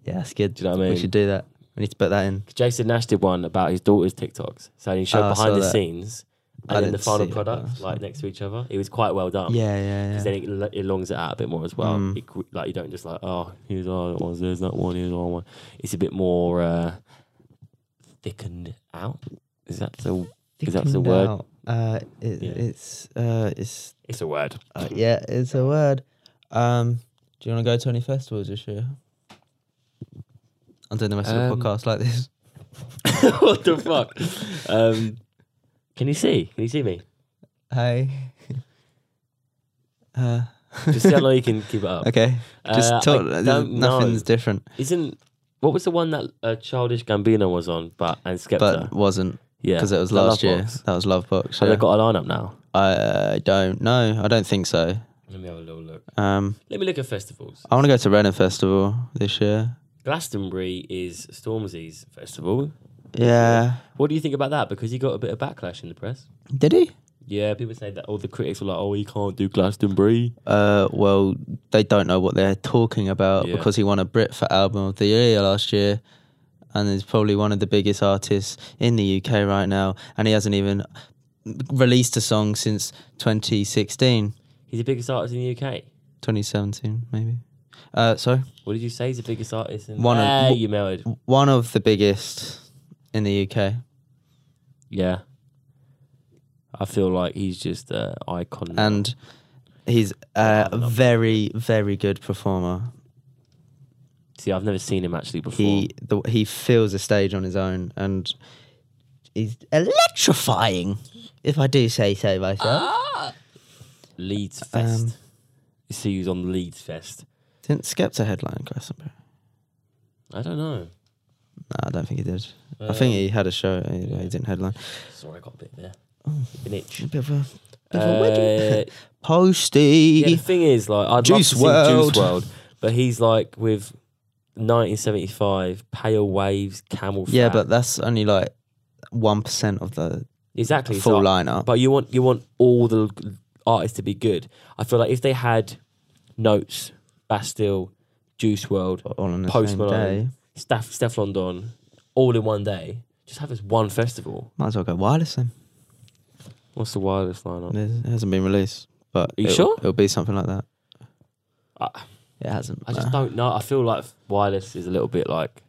Speaker 2: Yeah, that's good.
Speaker 1: Do you know what I
Speaker 2: We
Speaker 1: mean?
Speaker 2: should do that. We need to put that in.
Speaker 1: Jason Nash did one about his daughter's TikToks, so he showed
Speaker 2: Oh, I
Speaker 1: behind
Speaker 2: saw
Speaker 1: the
Speaker 2: that.
Speaker 1: scenes
Speaker 2: I
Speaker 1: and then the
Speaker 2: didn't
Speaker 1: final
Speaker 2: see it,
Speaker 1: product,
Speaker 2: but I
Speaker 1: like next to each other. It was quite well done.
Speaker 2: Yeah, yeah,
Speaker 1: Because
Speaker 2: yeah.
Speaker 1: then it l- elongs it out a bit more as well.
Speaker 2: Mm.
Speaker 1: It qu like you don't just like oh here's oh that one's there's that one here's that one. It's a bit more uh, thickened out. Is that the is that the
Speaker 2: Thickened
Speaker 1: word?
Speaker 2: out. Uh, it,
Speaker 1: Yeah.
Speaker 2: It's uh, it's
Speaker 1: It's a word.
Speaker 2: uh, yeah, it's a word. Um, do you want to go to any festivals this year? I'm doing the rest of the
Speaker 1: Um,
Speaker 2: podcast like this.
Speaker 1: what the fuck? Um, can you see? Can you see me?
Speaker 2: Hey. Uh,
Speaker 1: Just see how long you can keep it up.
Speaker 2: okay. Just
Speaker 1: Uh, I
Speaker 2: talk.
Speaker 1: don't
Speaker 2: Nothing's
Speaker 1: know.
Speaker 2: different,
Speaker 1: Isn't what was the one that uh, Childish Gambino was on, but and Skepta?
Speaker 2: but wasn't
Speaker 1: yeah,
Speaker 2: because it was
Speaker 1: The Love
Speaker 2: last year.
Speaker 1: Box.
Speaker 2: That was Love Box.
Speaker 1: Have
Speaker 2: yeah.
Speaker 1: they got a lineup now?
Speaker 2: I don't know. I don't think so.
Speaker 1: Let me have a little look.
Speaker 2: Um,
Speaker 1: Let me look at festivals.
Speaker 2: I want to go to Reading Festival this year.
Speaker 1: Glastonbury is Stormzy's festival.
Speaker 2: Yeah.
Speaker 1: What do you think about that? Because he got a bit of backlash in the press.
Speaker 2: Did he?
Speaker 1: Yeah, people say that all the critics were like, "Oh, he can't do Glastonbury."
Speaker 2: Uh, well, they don't know what they're talking about
Speaker 1: Yeah.
Speaker 2: because he won a Brit for Album of the Year last year, and is probably one of the biggest artists in the UK right now, and he hasn't even released a song since 2016,
Speaker 1: He's the biggest artist in the UK.
Speaker 2: 2017 maybe. Uh, sorry,
Speaker 1: What did you say? He's the biggest artist in.
Speaker 2: One of-
Speaker 1: Ah, you melted.
Speaker 2: one of the biggest in the UK.
Speaker 1: Yeah. I feel like he's just an icon. now.
Speaker 2: and he's a very very good performer.
Speaker 1: See, I've never seen him actually before.
Speaker 2: He the, he fills the stage on his own and he's electrifying, if I do say so myself.
Speaker 1: Leeds Fest. you see who's on Leeds Fest.
Speaker 2: Didn't Skepta headline Glastonbury?
Speaker 1: I don't know.
Speaker 2: No, I don't think he did. I think he had a show. He, he didn't headline.
Speaker 1: Uh, Sorry, I got a bit there. An itch.
Speaker 2: A bit of a, bit of a wedgie.
Speaker 1: Uh,
Speaker 2: Posty.
Speaker 1: yeah, the thing is, like, I'd
Speaker 2: Juice
Speaker 1: love to see
Speaker 2: WRLD.
Speaker 1: Juice World, but he's like with 1975, Pale Waves, Camel.
Speaker 2: Yeah,
Speaker 1: Fat.
Speaker 2: but that's only like one percent of the
Speaker 1: exactly
Speaker 2: full
Speaker 1: so-
Speaker 2: lineup.
Speaker 1: But you want you want all the l- artists to be good. I feel like if they had Notes, Bastille, Juice World,
Speaker 2: all on the
Speaker 1: Post
Speaker 2: same
Speaker 1: Malone,
Speaker 2: day.
Speaker 1: Steph, Steph London, all in one day, just have this one festival.
Speaker 2: Might as well go wireless then.
Speaker 1: What's the wildest lineup?
Speaker 2: It hasn't been released, but
Speaker 1: you
Speaker 2: it'll-
Speaker 1: sure?
Speaker 2: it'll be something like that.
Speaker 1: I,
Speaker 2: It hasn't.
Speaker 1: I just don't know. I feel like Wireless is a little bit like.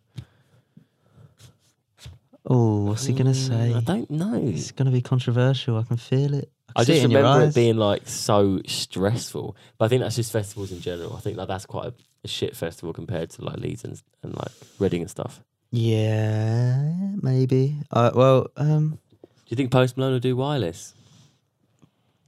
Speaker 2: Oh, what's he gonna
Speaker 1: Mm,
Speaker 2: say?
Speaker 1: Hmm, I don't know.
Speaker 2: It's gonna be controversial. I can feel it. I
Speaker 1: I
Speaker 2: See
Speaker 1: just
Speaker 2: it in your
Speaker 1: remember it
Speaker 2: eyes.
Speaker 1: being like so stressful. But I think that's just festivals in general. I think like that's quite a, a shit festival compared to like Leeds and, and like Reading and stuff.
Speaker 2: Yeah, maybe. Uh, well, um,
Speaker 1: Do you think Post Malone will do Wireless?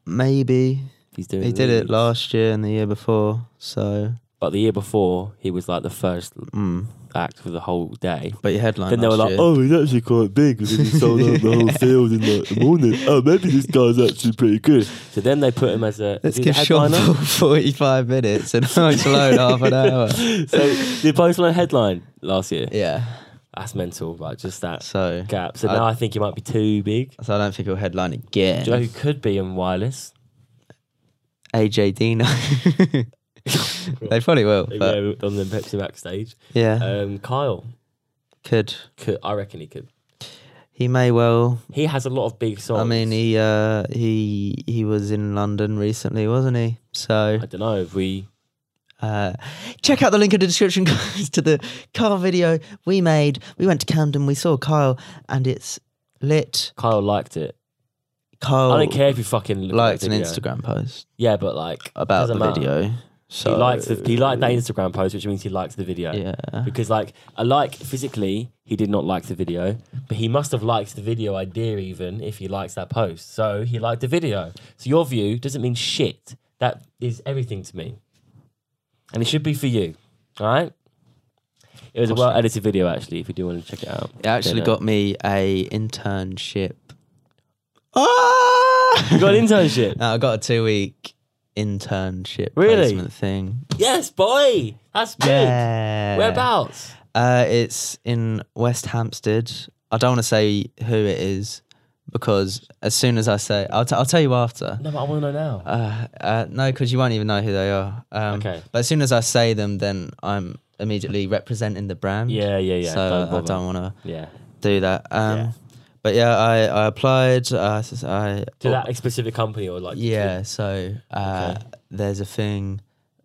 Speaker 2: maybe
Speaker 1: If he's doing.
Speaker 2: he did it
Speaker 1: Leeds?
Speaker 2: last year and the year before. So,
Speaker 1: But the year before, he was like the first
Speaker 2: mm.
Speaker 1: act for the whole day.
Speaker 2: but your headline.
Speaker 1: Then they were
Speaker 2: last
Speaker 1: like,
Speaker 2: year-
Speaker 1: "Oh, he's actually quite big because he sold out the whole field in like, the morning. Oh, maybe this guy's actually pretty good." So then they put him as a.
Speaker 2: let's
Speaker 1: is he the
Speaker 2: give Sean
Speaker 1: headliner?
Speaker 2: Paul forty-five minutes and Mike Malone half an hour."
Speaker 1: so did Post Malone headline last year?
Speaker 2: Yeah.
Speaker 1: That's mental, right? Just that
Speaker 2: So,
Speaker 1: gap. So
Speaker 2: I-
Speaker 1: now I think he might be too big.
Speaker 2: so I don't think he'll headline
Speaker 1: Do you know
Speaker 2: again.
Speaker 1: who could be in wireless?
Speaker 2: AJ Dino. they probably will,
Speaker 1: They
Speaker 2: but
Speaker 1: were on the Pepsi backstage.
Speaker 2: yeah,
Speaker 1: Um, Kyle,
Speaker 2: could
Speaker 1: could, I reckon he could.
Speaker 2: he may well
Speaker 1: He has a lot of big songs.
Speaker 2: I mean, he uh, he he was in London recently, wasn't he? So
Speaker 1: I don't know if we.
Speaker 2: uh, check out the link in the description guys to the cover video we made. We went to Camden, we saw Kyle, and it's lit.
Speaker 1: Kyle liked it.
Speaker 2: Kyle
Speaker 1: I don't care if you fucking look at
Speaker 2: Oh, liked
Speaker 1: the
Speaker 2: an
Speaker 1: video.
Speaker 2: Instagram post
Speaker 1: Yeah, but like
Speaker 2: about the
Speaker 1: doesn't matter.
Speaker 2: video. So
Speaker 1: he liked the, he liked that Instagram post, which means he liked the video.
Speaker 2: Yeah,
Speaker 1: Because like I like physically, he did not like the video, but he must have liked the video idea even if he likes that post. So he liked the video. So your view doesn't mean shit. That is everything to me, and it should be for you. All right. It was a well edited video actually. If you do want to check it out,
Speaker 2: it actually
Speaker 1: Yeah.
Speaker 2: got me a internship. Ah!
Speaker 1: you got an internship.
Speaker 2: No, I got a two week internship
Speaker 1: Really?
Speaker 2: placement thing.
Speaker 1: yes, boy. That's good.
Speaker 2: Yeah.
Speaker 1: Whereabouts?
Speaker 2: Uh, it's in West Hampstead. I don't want to say who it is because as soon as I say, I'll, t- I'll tell you after.
Speaker 1: No, but I want to know now.
Speaker 2: Uh, uh, no, because you won't even know who they are. Um,
Speaker 1: Okay.
Speaker 2: But as soon as I say them, then I'm immediately representing the brand.
Speaker 1: yeah, yeah, yeah.
Speaker 2: So
Speaker 1: Don't
Speaker 2: I
Speaker 1: bother.
Speaker 2: don't want to
Speaker 1: Yeah.
Speaker 2: do that. Um,
Speaker 1: Yeah.
Speaker 2: But yeah, I, I applied. Uh, s- I
Speaker 1: To that specific company or like
Speaker 2: yeah. So uh,
Speaker 1: Okay.
Speaker 2: there's a thing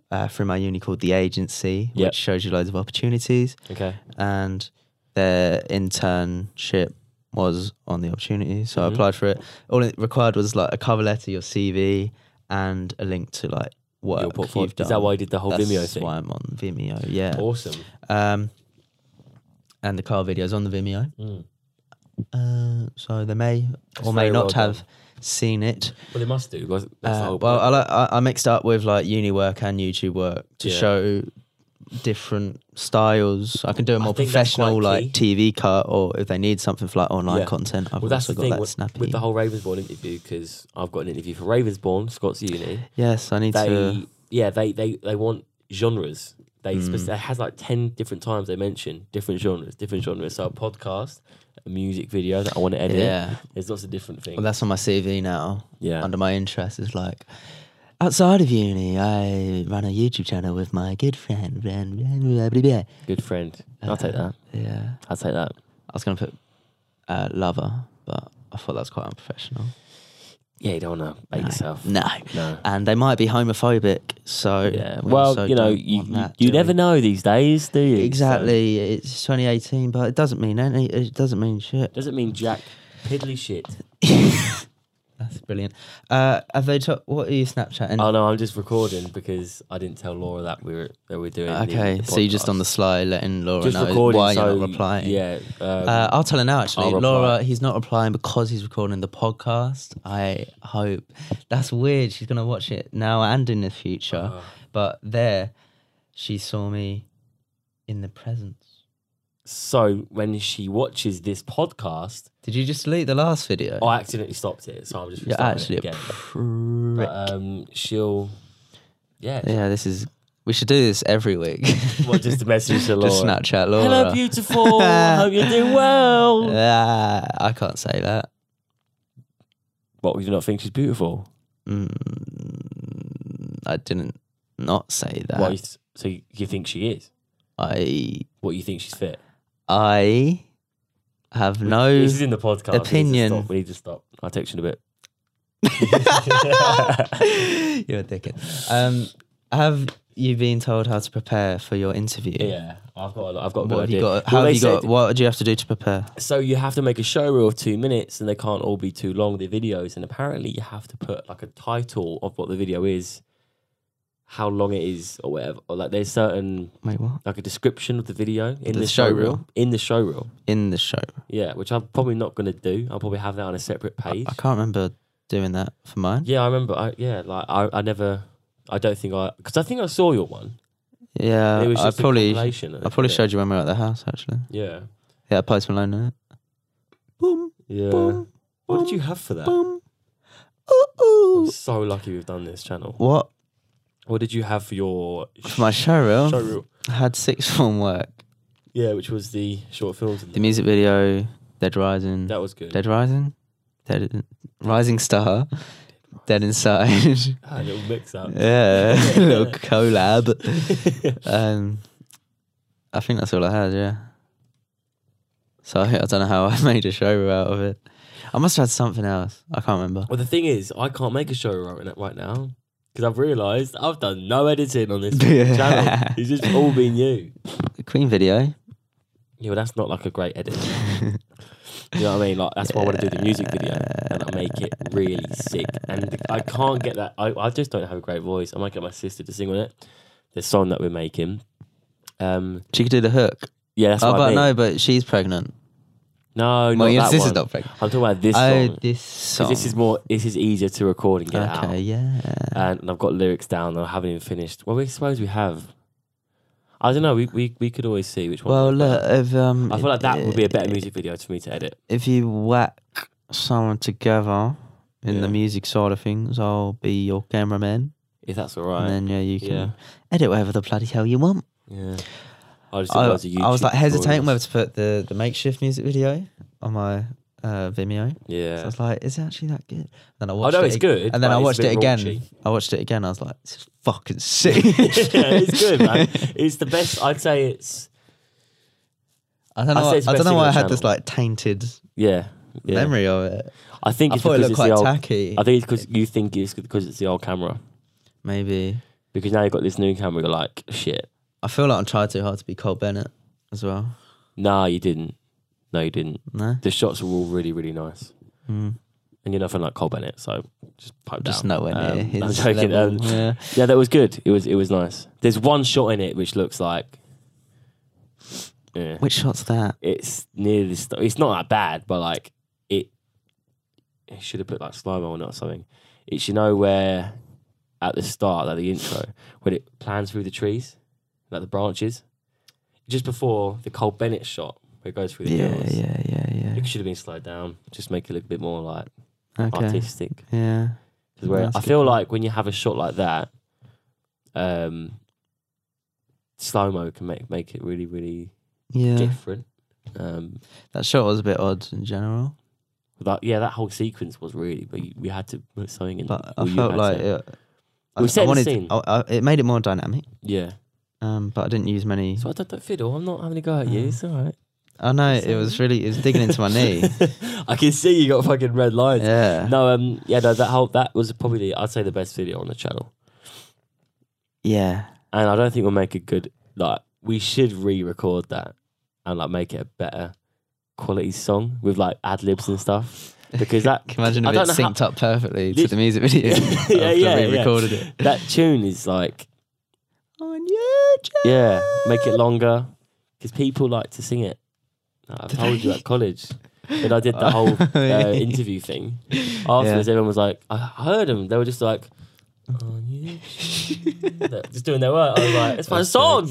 Speaker 2: uh, through my uni called the agency,
Speaker 1: Yep.
Speaker 2: which shows you loads of opportunities
Speaker 1: Okay.
Speaker 2: and their internship was on the opportunity. So
Speaker 1: Mhm.
Speaker 2: I applied for it. All it required was like a cover letter, your CV, and a link to like work
Speaker 1: Your portfolio.
Speaker 2: you've done.
Speaker 1: Is that why you did the whole
Speaker 2: That's
Speaker 1: Vimeo thing?
Speaker 2: why I'm on Vimeo. Yeah.
Speaker 1: Awesome.
Speaker 2: Um, and the car videos on the Vimeo.
Speaker 1: Mm.
Speaker 2: Uh, so they may or may
Speaker 1: very
Speaker 2: not
Speaker 1: well
Speaker 2: have
Speaker 1: done.
Speaker 2: seen it.
Speaker 1: Well, they must do. 'cause That's the
Speaker 2: Uh,
Speaker 1: whole
Speaker 2: well, I,
Speaker 1: point.
Speaker 2: like, I I mixed up with like uni work and YouTube work to
Speaker 1: Yeah.
Speaker 2: show different styles. I can do a more
Speaker 1: think that's quite
Speaker 2: professional like TV cut, or if they need something for like online
Speaker 1: Yeah.
Speaker 2: content, I've
Speaker 1: well, that's
Speaker 2: also
Speaker 1: the
Speaker 2: got
Speaker 1: thing
Speaker 2: that
Speaker 1: with,
Speaker 2: snappy.
Speaker 1: with the whole Ravensbourne interview because I've got an interview for Ravensbourne, Scots Uni.
Speaker 2: yes, I need
Speaker 1: They,
Speaker 2: to.
Speaker 1: yeah, they, they, they want genres. They,
Speaker 2: Hmm.
Speaker 1: spec- they has like ten different times they mention different genres, different genres. So a podcast, a music video that I want to edit.
Speaker 2: Yeah,
Speaker 1: There's lots of different things.
Speaker 2: well, that's on my CV now.
Speaker 1: yeah,
Speaker 2: Under my interest is like. Outside of uni, I ran a YouTube channel with my good friend. blah, blah, blah, blah, blah.
Speaker 1: good friend. I'll take that.
Speaker 2: Yeah,
Speaker 1: I'll take that.
Speaker 2: I was gonna put uh, lover, but I thought that was quite unprofessional.
Speaker 1: Yeah, you don't want to bait yourself.
Speaker 2: No,
Speaker 1: No.
Speaker 2: and they might be homophobic. So
Speaker 1: Yeah.
Speaker 2: we also
Speaker 1: Well, you know,
Speaker 2: don't
Speaker 1: you,
Speaker 2: want
Speaker 1: you,
Speaker 2: that,
Speaker 1: you
Speaker 2: do
Speaker 1: never
Speaker 2: we?
Speaker 1: know these days, do you? So-
Speaker 2: Exactly, it's 2018, but it doesn't mean any. It doesn't mean shit.
Speaker 1: Doesn't mean jack piddly shit.
Speaker 2: That's brilliant. Uh, have they? ta- what are you Snapchatting?
Speaker 1: Oh no, I'm just recording because I didn't tell Laura that we were that we're doing. the-
Speaker 2: okay,
Speaker 1: the
Speaker 2: so you're just on the
Speaker 1: podcast.
Speaker 2: sly letting Laura
Speaker 1: just
Speaker 2: know
Speaker 1: recording.
Speaker 2: why
Speaker 1: so,
Speaker 2: you're not replying.
Speaker 1: Yeah, um,
Speaker 2: Uh, I'll tell her now. Actually,
Speaker 1: I'll reply.
Speaker 2: Laura, he's not replying because he's recording the podcast. I hope that's weird. She's gonna watch it now and in the future.
Speaker 1: uh,
Speaker 2: But there, she saw me in the presence.
Speaker 1: so when she watches this podcast, oh,
Speaker 2: Did you just delete the last video?
Speaker 1: I accidentally stopped it, so I'm just
Speaker 2: You're
Speaker 1: restarting
Speaker 2: actually
Speaker 1: it
Speaker 2: a
Speaker 1: again.
Speaker 2: prick.
Speaker 1: But, um, she'll. Yeah.
Speaker 2: yeah, this is. We should do this every week.
Speaker 1: Well, just a message to Laura.
Speaker 2: Just Snapchat Laura.
Speaker 1: Hello, beautiful. I hope you're doing well.
Speaker 2: Ah, I can't say that.
Speaker 1: What? You do not think she's beautiful?
Speaker 2: Mm, I didn't not say that.
Speaker 1: Why? you- So you, you think she is?
Speaker 2: I
Speaker 1: What you think she's fit?
Speaker 2: I have no.
Speaker 1: This is in the podcast.
Speaker 2: opinion.
Speaker 1: We need to stop. We need to stop. I'll text you in a bit.
Speaker 2: You're a dickhead. Um, Have you been told how to prepare for your interview?
Speaker 1: Yeah, I've got. A lot, I've got. a good
Speaker 2: What have you
Speaker 1: idea.
Speaker 2: got?
Speaker 1: Well,
Speaker 2: How
Speaker 1: they
Speaker 2: have you got?
Speaker 1: said-
Speaker 2: What do you have to do to prepare?
Speaker 1: So you have to make a show reel of two minutes, and they can't all be too long. The videos, and apparently you have to put like a title of what the video is, how long it is, or whatever. Or like there's certain
Speaker 2: Wait, what?
Speaker 1: like a description of the video in
Speaker 2: The
Speaker 1: the,
Speaker 2: show
Speaker 1: show
Speaker 2: reel?
Speaker 1: reel. In the show reel,
Speaker 2: In the show,
Speaker 1: yeah. Which I'm probably not gonna do. I'll probably have that on a separate page.
Speaker 2: I can't remember doing that for mine.
Speaker 1: Yeah, I remember. I, yeah, like I, I never. I don't think I because I think I saw your one.
Speaker 2: Yeah,
Speaker 1: it was
Speaker 2: Uh, I
Speaker 1: just a
Speaker 2: probably, I
Speaker 1: compilation of
Speaker 2: probably
Speaker 1: it.
Speaker 2: showed you when we were at the house actually.
Speaker 1: Yeah,
Speaker 2: Yeah, Post Malone in it. Boom,
Speaker 1: yeah. Uh,
Speaker 2: boom,
Speaker 1: what did you have for that?
Speaker 2: boom. Ooh, ooh.
Speaker 1: I'm so lucky we've done this channel.
Speaker 2: What
Speaker 1: What did you have for your
Speaker 2: for my show reel?
Speaker 1: show reel?
Speaker 2: I had six form work.
Speaker 1: Yeah, which was the short films. and
Speaker 2: The music video, Dead Rising,
Speaker 1: that was good.
Speaker 2: Dead Rising, Dead Rising Star, Dead Inside.
Speaker 1: Ah, a little mix up.
Speaker 2: yeah, little collab. um, I think that's all I had. Yeah. So I, I don't know how I made a show out of it. I must have had something else. I can't remember.
Speaker 1: Well, the thing is, I can't make a show right, n- right now because I've realised I've done no editing on this
Speaker 2: Yeah.
Speaker 1: channel. It's just all been you.
Speaker 2: The Queen video.
Speaker 1: Yeah, well, that's not like a great edit. you know what I mean? Like that's why I want to do the music video and I make it really sick. And I can't get that. I, I just don't have a great voice. I might get my sister to sing on it. The song that we're making. Um,
Speaker 2: She could do the hook.
Speaker 1: yeah, that's
Speaker 2: oh,
Speaker 1: what
Speaker 2: but
Speaker 1: I mean.
Speaker 2: no, but she's pregnant.
Speaker 1: No,
Speaker 2: well,
Speaker 1: not
Speaker 2: your
Speaker 1: that
Speaker 2: sister's
Speaker 1: one.
Speaker 2: not pregnant.
Speaker 1: I'm talking about this
Speaker 2: oh,
Speaker 1: song.
Speaker 2: this song.
Speaker 1: 'Cause This is more. This is easier to record and get
Speaker 2: okay.
Speaker 1: out.
Speaker 2: Yeah.
Speaker 1: And, and I've got lyrics down. and I haven't even finished. Well, we suppose we have. I don't know. We we, we could always see which one.
Speaker 2: well,
Speaker 1: was better.
Speaker 2: look. If, um,
Speaker 1: I feel like that would be a better music video for me to edit.
Speaker 2: If you whack someone together in
Speaker 1: Yeah.
Speaker 2: the music side of things, I'll be your cameraman,
Speaker 1: If that's all right.
Speaker 2: and then yeah, you can
Speaker 1: Yeah.
Speaker 2: edit whatever the bloody hell you want.
Speaker 1: yeah. I just
Speaker 2: I,
Speaker 1: thought that was a YouTube
Speaker 2: I was like hesitating
Speaker 1: tutorial.
Speaker 2: whether to put the, the makeshift music video on my uh, Vimeo. So I
Speaker 1: Yeah.
Speaker 2: was like, is it actually that good? Then I
Speaker 1: I
Speaker 2: watched
Speaker 1: know
Speaker 2: it
Speaker 1: it's
Speaker 2: ag-
Speaker 1: good.
Speaker 2: And
Speaker 1: but
Speaker 2: then I
Speaker 1: it's a
Speaker 2: watched it
Speaker 1: bit
Speaker 2: again.
Speaker 1: raunchy.
Speaker 2: I watched it again. I was like, this is fucking sick.
Speaker 1: yeah, it's good, man. It's the best. I'd say it's
Speaker 2: I don't
Speaker 1: I'd
Speaker 2: know.
Speaker 1: say
Speaker 2: why-
Speaker 1: it's
Speaker 2: I
Speaker 1: best
Speaker 2: don't know
Speaker 1: thing
Speaker 2: why
Speaker 1: on
Speaker 2: I had
Speaker 1: the
Speaker 2: this
Speaker 1: channel.
Speaker 2: like tainted
Speaker 1: yeah. yeah.
Speaker 2: memory of it.
Speaker 1: I think
Speaker 2: I
Speaker 1: it's
Speaker 2: thought it
Speaker 1: because it's
Speaker 2: looked
Speaker 1: the
Speaker 2: quite
Speaker 1: old.
Speaker 2: tacky.
Speaker 1: I think it's because you think it's because it's the old camera.
Speaker 2: Maybe
Speaker 1: Because now you've got this new camera, you're like, shit.
Speaker 2: I feel like I'm trying too hard to be Cole Bennett as well.
Speaker 1: Nah, you didn't. No, you didn't.
Speaker 2: No,
Speaker 1: The shots were all really, really nice.
Speaker 2: Mm.
Speaker 1: And you're nothing like Cole Bennett, so just pipe
Speaker 2: just
Speaker 1: down.
Speaker 2: nowhere
Speaker 1: Um,
Speaker 2: near his
Speaker 1: I'm joking. um,
Speaker 2: level. yeah.
Speaker 1: yeah, that was good. It was it was nice. There's one shot in it which looks like yeah.
Speaker 2: Which shot's that?
Speaker 1: it's near the st- it's not that bad, but like it it should have put like slow mo on it or something. It's you know where at the start, like the intro, when it plans through the trees, like the branches. Just before the Cole Bennett shot where it goes through the
Speaker 2: Yeah,
Speaker 1: hills.
Speaker 2: yeah, yeah, yeah.
Speaker 1: It should have been slowed down, just make it look a bit more like
Speaker 2: Okay.
Speaker 1: artistic.
Speaker 2: Yeah.
Speaker 1: 'Cause where
Speaker 2: That's a
Speaker 1: I
Speaker 2: good
Speaker 1: feel
Speaker 2: point.
Speaker 1: like when you have a shot like that, um, slow mo can make make it really really
Speaker 2: Yeah.
Speaker 1: different. Um,
Speaker 2: That shot was a bit odd in general.
Speaker 1: that yeah, that whole sequence was really, but you- we had to put something in.
Speaker 2: but
Speaker 1: or
Speaker 2: I
Speaker 1: Mm. you
Speaker 2: felt
Speaker 1: had
Speaker 2: like
Speaker 1: to.
Speaker 2: it, I,
Speaker 1: We
Speaker 2: I
Speaker 1: set the
Speaker 2: wanted
Speaker 1: scene.
Speaker 2: I, I, it made it more dynamic.
Speaker 1: yeah.
Speaker 2: Um, but I didn't use many.
Speaker 1: So I don't, don't fiddle. I'm not having a go at you.
Speaker 2: Mm.
Speaker 1: It's all right.
Speaker 2: I know it was really it was digging into my knee.
Speaker 1: I can see you got fucking red lines.
Speaker 2: Yeah,
Speaker 1: No, um, yeah, no, that whole that was probably I'd say the best video on the channel.
Speaker 2: yeah.
Speaker 1: and I don't think we'll make a good like. We should re-record that and like make it a better quality song with like ad libs and stuff because that
Speaker 2: Can you imagine
Speaker 1: I
Speaker 2: if it
Speaker 1: don't know how-
Speaker 2: synced up perfectly to
Speaker 1: Lit-
Speaker 2: the music video. after
Speaker 1: yeah, yeah,
Speaker 2: we
Speaker 1: yeah.
Speaker 2: recorded it
Speaker 1: that tune is like
Speaker 2: on YouTube.
Speaker 1: yeah, make it longer because people like to sing it. I told you at college when I did the whole uh, interview thing. Afterwards, everyone was like, I heard them. They were just like. "On YouTube." They're just doing their work. I was like, "It's my song.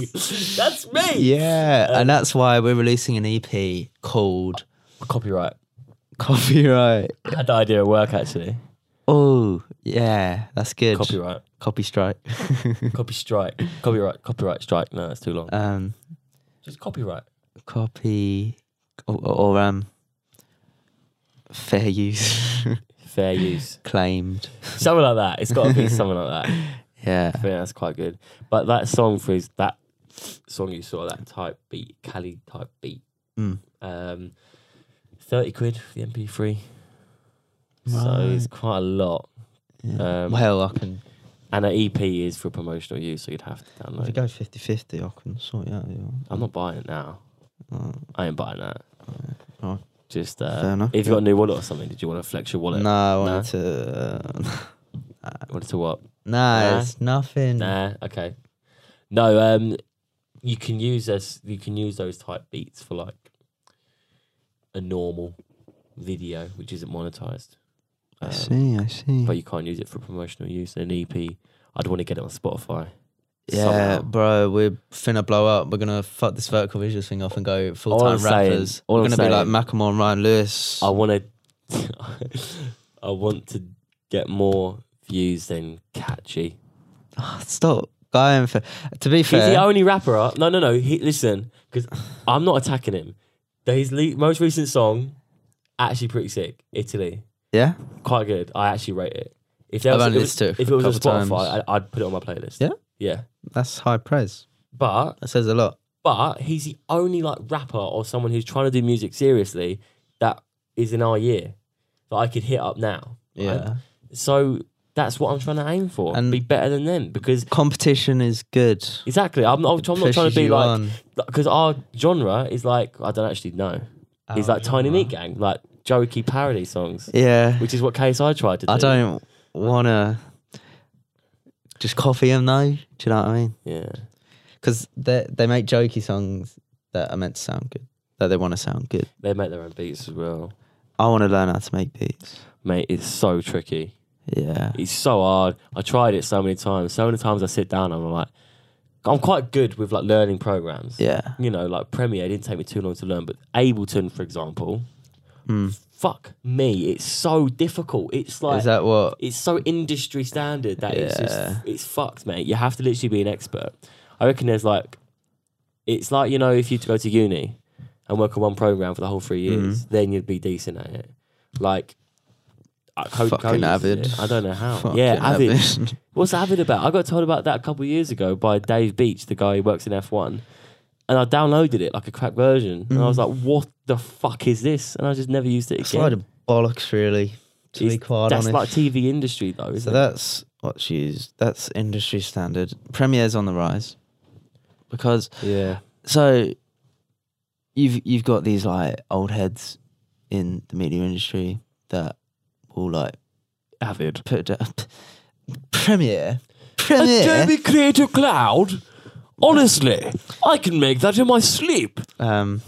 Speaker 1: That's me."
Speaker 2: Yeah,
Speaker 1: Um,
Speaker 2: and that's why we're releasing an EP called
Speaker 1: Copyright.
Speaker 2: Copyright.
Speaker 1: I had the idea at work actually.
Speaker 2: Oh, yeah, that's good.
Speaker 1: Copyright.
Speaker 2: Copy strike.
Speaker 1: Copy strike. Copyright. Copyright strike. No, it's too long.
Speaker 2: um,
Speaker 1: Just copyright.
Speaker 2: copy or, or um, fair use.
Speaker 1: Fair use.
Speaker 2: claimed.
Speaker 1: Something like that. It's got to be something like that.
Speaker 2: Yeah.
Speaker 1: I think that's quite good. But that song for his, that song you saw, that type beat, Cali type beat.
Speaker 2: Mm.
Speaker 1: Um, 30 quid for the MP3. So it's quite a lot. Um,
Speaker 2: well, I can
Speaker 1: And an EP is for promotional use, so you'd have to
Speaker 2: If
Speaker 1: download
Speaker 2: it
Speaker 1: it.
Speaker 2: goes 50 50, I can sort you out. Yeah.
Speaker 1: I'm not buying it now.
Speaker 2: Uh,
Speaker 1: I ain't buying that.
Speaker 2: alright.
Speaker 1: Just uh,
Speaker 2: Fair enough.
Speaker 1: if you got a new wallet or something, did you want to flex your wallet?
Speaker 2: no, I wanted
Speaker 1: Nah.
Speaker 2: to. Uh,
Speaker 1: Wanted to what?
Speaker 2: nah,
Speaker 1: Nah.
Speaker 2: it's nothing.
Speaker 1: Nah. Okay. No. Um, you can use us. You can use those type beats for like a normal video, which isn't monetized.
Speaker 2: I
Speaker 1: Um,
Speaker 2: see, I see.
Speaker 1: but you can't use it for promotional use. An EP, I'd want to get it on Spotify.
Speaker 2: yeah,
Speaker 1: somehow.
Speaker 2: bro, we're finna blow up. We're gonna fuck this vertical visuals thing off and go full
Speaker 1: All I'm
Speaker 2: time
Speaker 1: saying-
Speaker 2: rappers.
Speaker 1: all
Speaker 2: we're
Speaker 1: I'm
Speaker 2: gonna be like
Speaker 1: saying-
Speaker 2: Macklemore and Ryan Lewis.
Speaker 1: I want to. I want to get more views than catchy.
Speaker 2: Stop going for. To be
Speaker 1: He's the
Speaker 2: fair,
Speaker 1: only rapper. Up. No, no, no. He, listen, because I'm not attacking him. His le- most recent song, actually pretty sick. Italy,
Speaker 2: yeah,
Speaker 1: quite good. I actually rate it. If there
Speaker 2: I've
Speaker 1: was,
Speaker 2: only
Speaker 1: if, it-
Speaker 2: listened to it
Speaker 1: if it was on
Speaker 2: couple times.
Speaker 1: Spotify, I, I'd put it on my playlist.
Speaker 2: Yeah?
Speaker 1: yeah.
Speaker 2: that's high praise.
Speaker 1: But
Speaker 2: That says a lot.
Speaker 1: but he's the only like rapper or someone who's trying to do music seriously that is in our year that I could hit up now. right?
Speaker 2: Yeah,
Speaker 1: So that's what I'm trying to aim for
Speaker 2: And-
Speaker 1: and be better than them because
Speaker 2: competition is good.
Speaker 1: exactly I'm not, I'm not trying to
Speaker 2: Pushes
Speaker 1: be
Speaker 2: you
Speaker 1: like
Speaker 2: on.
Speaker 1: because our genre is like I don't actually know.
Speaker 2: Oh,
Speaker 1: It's like Tiny Meat Gang, like jokey parody songs,
Speaker 2: Yeah,
Speaker 1: which is what KSI tried to do.
Speaker 2: I don't wanna just copy him though. Do you know what I mean?
Speaker 1: Yeah,
Speaker 2: Because they they make jokey songs that are meant to sound good, that they want to sound good.
Speaker 1: they make their own beats as well.
Speaker 2: I want to learn how to make beats.
Speaker 1: Mate, it's so tricky.
Speaker 2: Yeah,
Speaker 1: It's so hard. I tried it so many times. So many times I sit down and I'm like, I'm quite good with like learning programs.
Speaker 2: yeah.
Speaker 1: You know, like Premiere didn't take me too long to learn, but Ableton, for example,
Speaker 2: Mm.
Speaker 1: fuck me, it's so difficult. It's like
Speaker 2: Is that what?
Speaker 1: it's so industry standard that it's
Speaker 2: Yeah.
Speaker 1: just it's fucked, mate. You have to literally be an expert. I reckon there's like it's like, you know, if you go to uni and work on one program for the whole three years,
Speaker 2: Mm-hmm.
Speaker 1: then you'd be decent at it. Like I co-
Speaker 2: Fucking
Speaker 1: coders,
Speaker 2: avid.
Speaker 1: yeah. I don't know how.
Speaker 2: Fucking
Speaker 1: yeah, avid.
Speaker 2: avid.
Speaker 1: What's avid about? I got told about that a couple of years ago by Dave Beach, the guy who works in F1. And I downloaded it like a crack version. And I was like, what the fuck is this? And I just never used it again.
Speaker 2: It's Mm. a load of bollocks, really. To be
Speaker 1: It's-
Speaker 2: quite
Speaker 1: that's
Speaker 2: honest.
Speaker 1: like TV industry though, isn't
Speaker 2: so
Speaker 1: it?
Speaker 2: that's what's used. That's industry standard. Premiere's on the rise because
Speaker 1: Yeah.
Speaker 2: so you've you've got these like old heads in the media industry that will like
Speaker 1: Avid.
Speaker 2: put it up. Premiere, Premiere.
Speaker 1: Adobe Creative Cloud? Honestly, I can make that in my sleep.
Speaker 2: Um,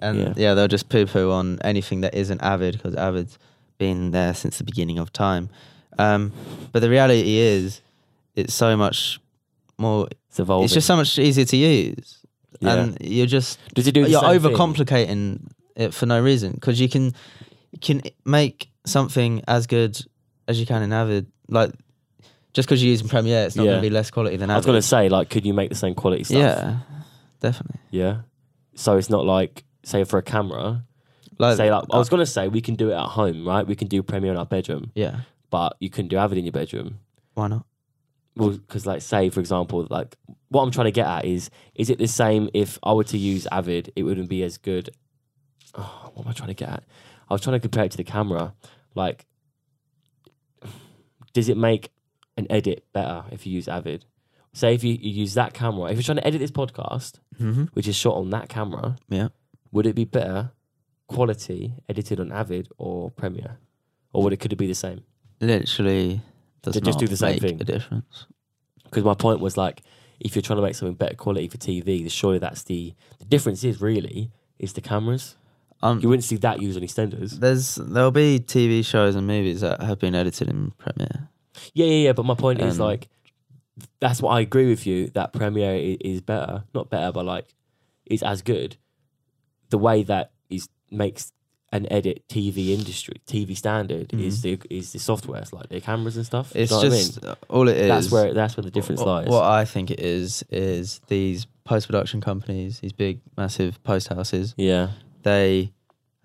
Speaker 2: and yeah.
Speaker 1: Yeah.
Speaker 2: they'll just poo poo on anything that isn't Avid because Avid's been there since the beginning of time. Um, but the reality is, it's so much more.
Speaker 1: It's evolving.
Speaker 2: It's just so much easier to use,
Speaker 1: Yeah.
Speaker 2: and you're just
Speaker 1: Does it do the
Speaker 2: you're
Speaker 1: same thing?
Speaker 2: overcomplicating it for no reason because you can you can make something as good as you can in Avid. Like just because you're using Premiere, it's not
Speaker 1: Yeah.
Speaker 2: going to be less quality than
Speaker 1: I was
Speaker 2: Avid.
Speaker 1: gonna say, like, could you make the same quality stuff?
Speaker 2: yeah, definitely.
Speaker 1: Yeah. So it's not like, say, for a camera.
Speaker 2: Like,
Speaker 1: say, like, I
Speaker 2: oh.
Speaker 1: was gonna say we can do it at home, right? We can do Premiere in our bedroom,
Speaker 2: yeah,
Speaker 1: but you couldn't do Avid in your bedroom.
Speaker 2: why not?
Speaker 1: Well, because like say for example, like what I'm trying to get at is, is it the same if I were to use Avid, it wouldn't be as good. Oh, what am I trying to get at? I was trying to compare it to the camera. Like, does it make an edit better if you use Avid? Say if you, you use that camera, if you're trying to edit this podcast,
Speaker 2: Mm-hmm.
Speaker 1: which is shot on that camera,
Speaker 2: Yeah.
Speaker 1: would it be better quality edited on Avid or Premiere, or would it could it be the same?
Speaker 2: literally does
Speaker 1: They
Speaker 2: not
Speaker 1: just do the same
Speaker 2: make
Speaker 1: thing.
Speaker 2: a difference.
Speaker 1: Because my point was like, if you're trying to make something better quality for TV, then surely that's the the difference is really is the cameras.
Speaker 2: Um,
Speaker 1: You wouldn't see that used on EastEnders.
Speaker 2: there's there'll be TV shows and movies that have been edited in Premiere.
Speaker 1: Yeah, yeah, yeah. But my point is
Speaker 2: Um,
Speaker 1: like, that's what I agree with you that Premiere is, is better, not better, but like, is as good. The way that is makes an edit TV industry TV standard is the is the software, it's like the cameras and stuff. You
Speaker 2: Mm-hmm. It's
Speaker 1: know what I mean?
Speaker 2: just all it is.
Speaker 1: that's where that's where the difference
Speaker 2: what,
Speaker 1: lies.
Speaker 2: What I think it is is these post production companies, these big massive post houses,
Speaker 1: Yeah,
Speaker 2: they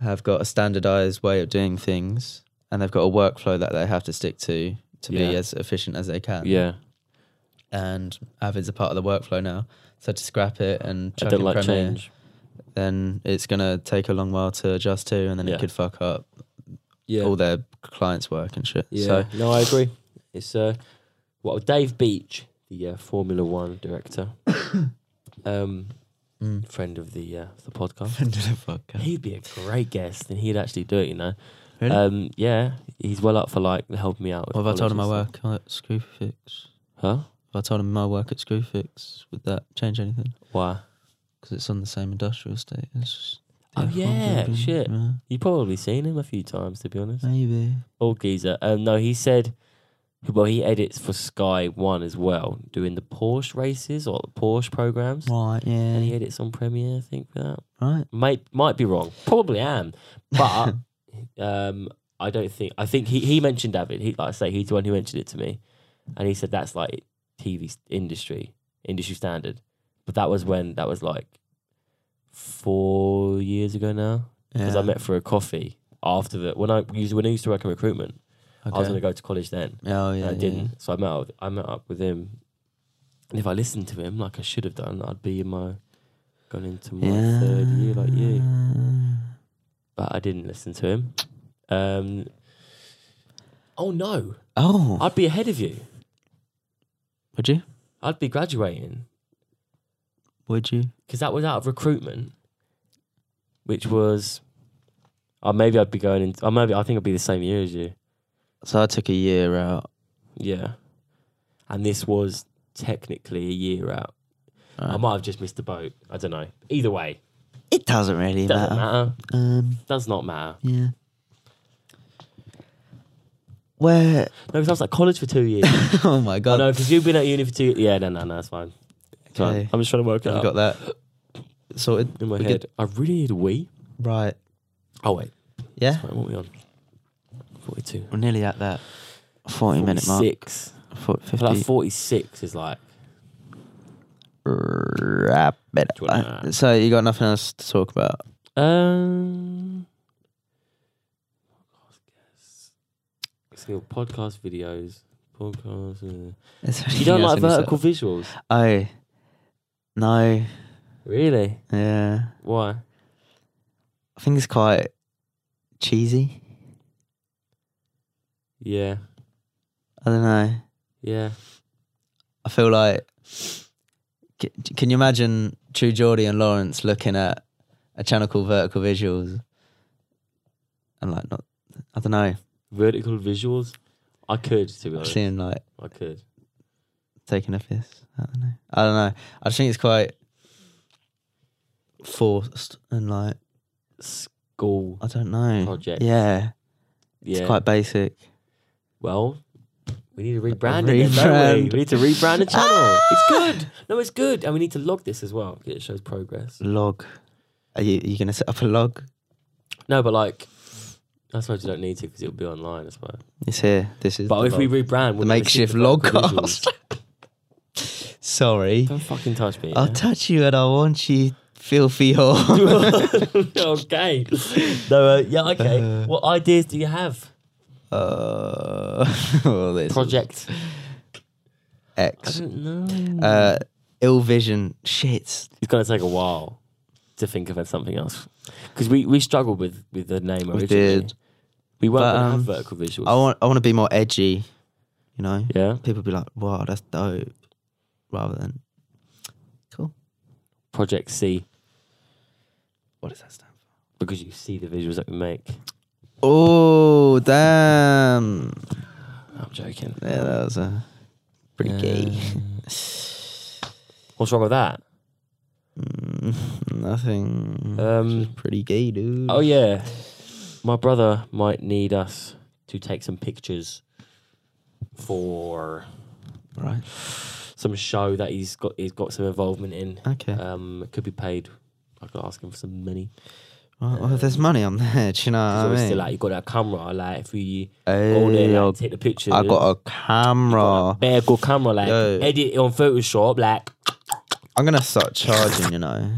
Speaker 2: have got a standardized way of doing things, and they've got a workflow that they have to stick to to be
Speaker 1: Yeah.
Speaker 2: as efficient as they can.
Speaker 1: yeah.
Speaker 2: And Avid's a part of the workflow now, so to scrap it and
Speaker 1: I
Speaker 2: chuck
Speaker 1: don't
Speaker 2: in
Speaker 1: like
Speaker 2: Premiere,
Speaker 1: change.
Speaker 2: then it's going to take a long while to adjust to, and then
Speaker 1: Yeah.
Speaker 2: it could fuck up
Speaker 1: Yeah.
Speaker 2: all their clients' work and shit.
Speaker 1: Yeah.
Speaker 2: So
Speaker 1: no, I agree. It's uh, well, Dave Beach, the uh, Formula One director, um,
Speaker 2: Mm.
Speaker 1: friend of the uh, the podcast,
Speaker 2: Under the podcast.
Speaker 1: he'd be a great guest, and he'd actually do it. You know,
Speaker 2: Really?
Speaker 1: um, yeah, he's well up for like helping me out. with
Speaker 2: What have I told him I
Speaker 1: colleges.
Speaker 2: work Oh, at Screwfix?
Speaker 1: Huh?
Speaker 2: If I told him my work at Screwfix, would that change anything?
Speaker 1: Why?
Speaker 2: Because it's on the same industrial estate. It's
Speaker 1: Oh, yeah,
Speaker 2: probably,
Speaker 1: shit.
Speaker 2: yeah,
Speaker 1: You've probably seen him a few times, to be honest.
Speaker 2: maybe.
Speaker 1: Old geezer. Um, no, he said, well, he edits for Sky One as well, doing the Porsche races or the Porsche programs.
Speaker 2: Right, Oh, yeah.
Speaker 1: And he edits on Premiere, I think, for that.
Speaker 2: right.
Speaker 1: Might might be wrong. Probably am, but um, I don't think. I think he, he mentioned David. He like I say he's the one who mentioned it to me, and he said that's like TV s- industry industry standard. But that was when that was like four years ago now because I
Speaker 2: Yeah,
Speaker 1: met for a coffee after that when I used when I used to work in recruitment. I was
Speaker 2: okay.
Speaker 1: going to go to college then.
Speaker 2: Oh,
Speaker 1: and
Speaker 2: yeah.
Speaker 1: I
Speaker 2: yeah,
Speaker 1: didn't, so I met up, I met up with him, and if I listened to him like I should have done, I'd be in my gone into my
Speaker 2: Yeah.
Speaker 1: third year like you but I didn't listen to him. Um, oh no,
Speaker 2: Oh,
Speaker 1: I'd be ahead of you.
Speaker 2: would you?
Speaker 1: I'd be graduating
Speaker 2: Would you?
Speaker 1: because that was out of recruitment, which was, oh, maybe I'd be going into. Oh, maybe I think I'd be the same year as you.
Speaker 2: So I took a year out.
Speaker 1: Yeah, and this was technically a year out. I
Speaker 2: Right.
Speaker 1: might have just missed the boat. I don't know. Either way,
Speaker 2: It doesn't really
Speaker 1: doesn't
Speaker 2: matter.
Speaker 1: matter.
Speaker 2: Um,
Speaker 1: Does not matter.
Speaker 2: yeah. Where?
Speaker 1: No, because I was at college for two years.
Speaker 2: oh my
Speaker 1: I
Speaker 2: god!
Speaker 1: know because you've been at uni for two. Yeah, no, no, no, it's fine. It's fine.
Speaker 2: Okay.
Speaker 1: I'm just trying to work it
Speaker 2: I've
Speaker 1: out.
Speaker 2: got that sorted
Speaker 1: in my
Speaker 2: We
Speaker 1: head.
Speaker 2: good?
Speaker 1: I really need a wee.
Speaker 2: Right.
Speaker 1: Oh wait,
Speaker 2: Yeah.
Speaker 1: wait, what are we on? Forty-two.
Speaker 2: We're nearly at that forty minute mark.
Speaker 1: Six.
Speaker 2: Fort-
Speaker 1: I feel
Speaker 2: Fifty.
Speaker 1: like forty-six is like
Speaker 2: Wrap it
Speaker 1: Do you wanna-
Speaker 2: up. Uh, So you got nothing else to talk about?
Speaker 1: um. It's your podcast videos, podcast. uh,
Speaker 2: Is there
Speaker 1: you don't
Speaker 2: anything else
Speaker 1: like
Speaker 2: in this
Speaker 1: vertical visuals,
Speaker 2: set? Oh. No.
Speaker 1: really?
Speaker 2: Yeah.
Speaker 1: Why?
Speaker 2: I think it's quite cheesy.
Speaker 1: Yeah,
Speaker 2: I don't know.
Speaker 1: yeah.
Speaker 2: I feel like. C- Can you imagine True Geordie and Lawrence looking at a channel called Vertical Visuals? And like, not. I don't know.
Speaker 1: Vertical visuals. I could, to be
Speaker 2: I've
Speaker 1: honest,
Speaker 2: seen like
Speaker 1: I could.
Speaker 2: taking a piss. I don't know. I don't know. I just think it's quite forced and like
Speaker 1: School
Speaker 2: I don't know.
Speaker 1: project.
Speaker 2: Yeah,
Speaker 1: yeah.
Speaker 2: it's quite basic.
Speaker 1: Well, we need to rebrand it. then, Don't we?
Speaker 2: rebrand.
Speaker 1: we need to rebrand Ah! the channel. it's good. No, it's good. And we need to log this as well. 'cause It shows progress.
Speaker 2: Log. Are you, are you gonna set up a log?
Speaker 1: No, but like, I suppose you don't need to because it'll be online, I suppose.
Speaker 2: It's here. This is.
Speaker 1: But
Speaker 2: the
Speaker 1: if we
Speaker 2: log.
Speaker 1: rebrand,
Speaker 2: the
Speaker 1: we'll never see
Speaker 2: makeshift
Speaker 1: back
Speaker 2: log
Speaker 1: visuals.
Speaker 2: cast. Sorry,
Speaker 1: Don't fucking touch me.
Speaker 2: I'll touch you and I want you, filthy whore.
Speaker 1: yeah? okay. No, uh, yeah, okay.
Speaker 2: Uh.
Speaker 1: what ideas do you have?
Speaker 2: uh, well, this is
Speaker 1: Project. I
Speaker 2: X.
Speaker 1: don't know.
Speaker 2: Uh, ill vision. Shit.
Speaker 1: it's going to take a while to think of something else because we, we struggled with, with the name originally.
Speaker 2: We did.
Speaker 1: We weren't
Speaker 2: But,
Speaker 1: going to
Speaker 2: um,
Speaker 1: have vertical visuals.
Speaker 2: I want. I want to be more edgy. You know.
Speaker 1: yeah.
Speaker 2: people be like, "Wow, that's dope," rather than, "Cool."
Speaker 1: Project C.
Speaker 2: What does that stand for?
Speaker 1: because you see the visuals that we make.
Speaker 2: Oh, damn!
Speaker 1: I'm joking.
Speaker 2: Yeah, that was a pretty gay.
Speaker 1: What's wrong with that?
Speaker 2: Mm, Nothing.
Speaker 1: Um,
Speaker 2: Um, pretty gay, dude.
Speaker 1: Oh yeah, my brother might need us to take some pictures for
Speaker 2: right.
Speaker 1: some show that he's got. He's got some involvement in.
Speaker 2: Okay.
Speaker 1: Um, it could be paid. I could ask him for some money.
Speaker 2: well, well, there's money on there. Do you know
Speaker 1: So
Speaker 2: what I
Speaker 1: it's
Speaker 2: mean?
Speaker 1: still, like you got that camera. Like if we go
Speaker 2: Hey,
Speaker 1: there,
Speaker 2: I-
Speaker 1: like, take the pictures.
Speaker 2: I got a
Speaker 1: you got
Speaker 2: camera.
Speaker 1: that bare good camera. Like
Speaker 2: Yo.
Speaker 1: edit it on Photoshop. Like
Speaker 2: I'm gonna start charging. You know.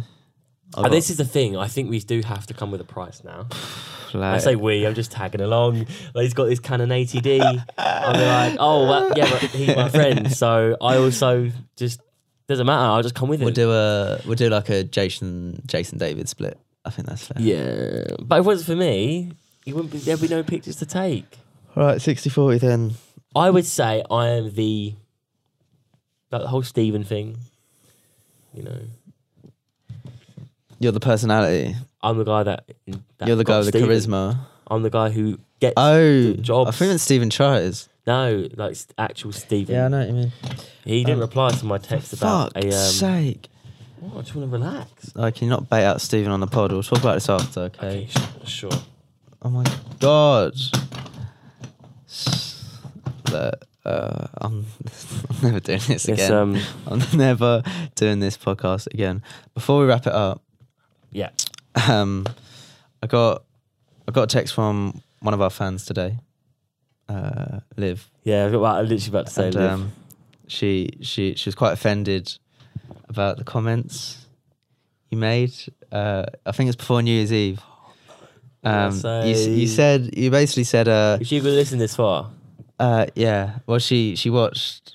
Speaker 2: I
Speaker 1: And this is the thing. I think we do have to come with a price now. I
Speaker 2: like,
Speaker 1: say we, I'm just tagging along. Like he's got this Canon 80D. I'm like, oh, well, yeah, but he's my friend. So I also just, doesn't matter. I'll just come with
Speaker 2: we'll
Speaker 1: him.
Speaker 2: do a we'll do like a Jason Jason David split. I think that's fair.
Speaker 1: Yeah. But if it wasn't for me, you wouldn't be, there'd be no pictures to take.
Speaker 2: All right, 60-40 then.
Speaker 1: I would say I am the That whole Steven thing. You know,
Speaker 2: You're the personality.
Speaker 1: I'm the guy that. that
Speaker 2: You're the guy
Speaker 1: got
Speaker 2: with the
Speaker 1: Steven.
Speaker 2: charisma.
Speaker 1: I'm the guy who gets
Speaker 2: Oh, I
Speaker 1: jobs.
Speaker 2: think it's Stephen Charters.
Speaker 1: no, like s- actual Steven.
Speaker 2: Yeah, I know what you mean.
Speaker 1: He didn't reply to my text about
Speaker 2: Fuck's
Speaker 1: a. Um,
Speaker 2: sake.
Speaker 1: what, I just want to relax.
Speaker 2: I cannot bait out Stephen on the pod. We'll talk about this after, okay?
Speaker 1: Okay, sh- sure.
Speaker 2: Oh my god. S- Look, uh, I'm, I'm never doing this
Speaker 1: It's,
Speaker 2: again.
Speaker 1: um,
Speaker 2: I'm never doing this podcast again. Before we wrap it up,
Speaker 1: yeah.
Speaker 2: um, I got I got a text from one of our fans today, uh, Liv,
Speaker 1: Yeah, I was literally about to say
Speaker 2: and
Speaker 1: Liv.
Speaker 2: um, she she she was quite offended about the comments you made. Uh, I think it's before New Year's Eve. Um, you, s- you
Speaker 1: So-
Speaker 2: said you basically said uh,
Speaker 1: If you could listen this far,
Speaker 2: uh, yeah. Well, she she watched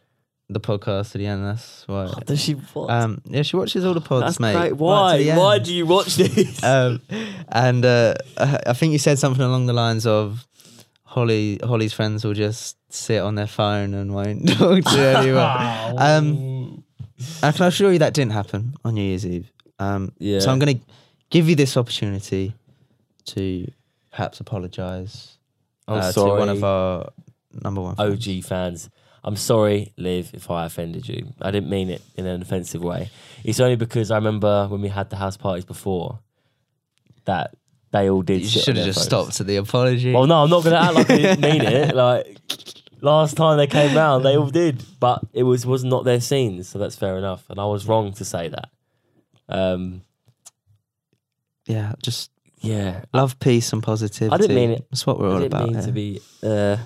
Speaker 2: the podcast to the end. That's why.
Speaker 1: does she? What?
Speaker 2: Um, yeah, she watches all the pods,
Speaker 1: That's
Speaker 2: mate.
Speaker 1: great.
Speaker 2: Right
Speaker 1: Why?
Speaker 2: to the
Speaker 1: Why
Speaker 2: end.
Speaker 1: do you watch this?
Speaker 2: um, and uh, I I think you said something along the lines of Holly Holly's friends will just sit on their phone and won't talk to anyone. um, I can assure you that didn't happen on New Year's Eve. Um,
Speaker 1: yeah.
Speaker 2: So I'm going to give you this opportunity to perhaps apologise
Speaker 1: I'm
Speaker 2: uh, to
Speaker 1: Oh, sorry, Oh,
Speaker 2: one of our number one. fans.
Speaker 1: OG fans. I'm sorry, Liv, if I offended you. I didn't mean it in an offensive way. It's only because I remember when we had the house parties before that they all did.
Speaker 2: you
Speaker 1: sit on
Speaker 2: should have
Speaker 1: their
Speaker 2: just
Speaker 1: phones.
Speaker 2: stopped at the apology.
Speaker 1: Well, no, I'm not going to act like I didn't mean it. Like last time they came round, they all did, but it was was not their scene, so that's fair enough. And I was wrong to say that. Um,
Speaker 2: yeah, just
Speaker 1: yeah,
Speaker 2: love, peace, and positivity.
Speaker 1: mean it.
Speaker 2: That's what we're
Speaker 1: I
Speaker 2: all
Speaker 1: didn't
Speaker 2: about.
Speaker 1: mean
Speaker 2: here.
Speaker 1: to be. Uh,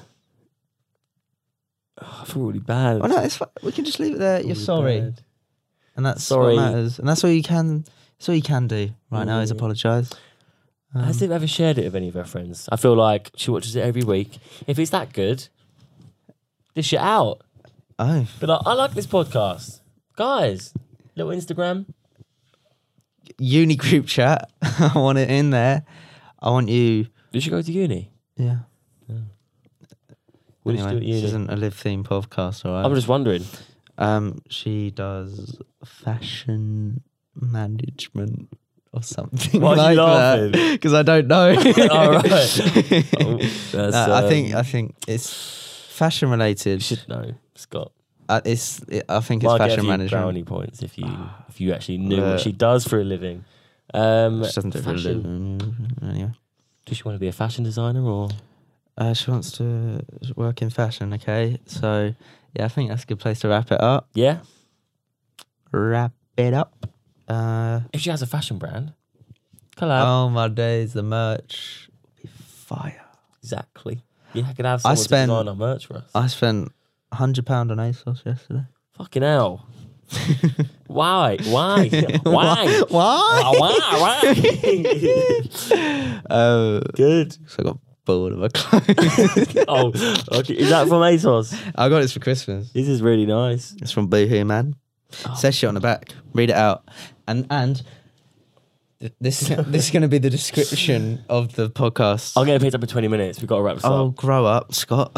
Speaker 1: I feel really bad.
Speaker 2: Oh no, it's fi- we can just leave it there. You're
Speaker 1: Really
Speaker 2: sorry,
Speaker 1: bad.
Speaker 2: and that's
Speaker 1: Oh, Sorry.
Speaker 2: what matters, and that's all you can. That's all you can do right now is
Speaker 1: Mm.
Speaker 2: apologise. Um,
Speaker 1: Has Liv ever shared it with any of her friends? I feel like she watches it every week. If it's that good, dish it out.
Speaker 2: oh,
Speaker 1: But like, I like this podcast, guys. Little Instagram.
Speaker 2: uni group chat. I want it in there. I want you.
Speaker 1: You should go to uni.
Speaker 2: Yeah.
Speaker 1: What did you
Speaker 2: anyway,
Speaker 1: do at
Speaker 2: this
Speaker 1: uni?
Speaker 2: isn't a live theme podcast, all right?
Speaker 1: I'm just wondering.
Speaker 2: um, she does fashion management or something
Speaker 1: Why are
Speaker 2: like
Speaker 1: you
Speaker 2: that.
Speaker 1: laughing?
Speaker 2: Because I don't know.
Speaker 1: All right. Oh, that's,
Speaker 2: Uh, I
Speaker 1: um,
Speaker 2: think I think it's fashion
Speaker 1: you
Speaker 2: related.
Speaker 1: should know, Scott.
Speaker 2: Uh, it's it, I think it's
Speaker 1: Well, I'll give
Speaker 2: fashion
Speaker 1: you
Speaker 2: management.
Speaker 1: brownie points if you if you actually knew
Speaker 2: Look.
Speaker 1: what she does for a living. Um,
Speaker 2: She doesn't do it for a
Speaker 1: fashion.
Speaker 2: living, Anyway,
Speaker 1: Does she want to be a fashion designer or?
Speaker 2: uh, she wants to work in fashion. Okay, so yeah, I think that's a good place to wrap it up.
Speaker 1: Yeah,
Speaker 2: Wrap it up. Uh,
Speaker 1: if she has a fashion brand, collab.
Speaker 2: oh my days, the merch will be fire.
Speaker 1: Exactly. Yeah, I could have someone
Speaker 2: spent-
Speaker 1: to design our merch for us.
Speaker 2: I spent hundred pound on ASOS yesterday.
Speaker 1: Fucking hell. why? Why? Why?
Speaker 2: Why?
Speaker 1: Why? Why?
Speaker 2: Uh,
Speaker 1: Good.
Speaker 2: so I got bored of my clothes.
Speaker 1: Oh, okay. is that from ASOS?
Speaker 2: I got this for Christmas.
Speaker 1: This is really nice.
Speaker 2: It's from Boohoo Man. Says shit on the back. Read it out. And and th- this is this is going to be the description of the podcast.
Speaker 1: I'm getting picked up in 20 minutes. We've got to wrap this
Speaker 2: oh,
Speaker 1: up.
Speaker 2: grow up, Scott.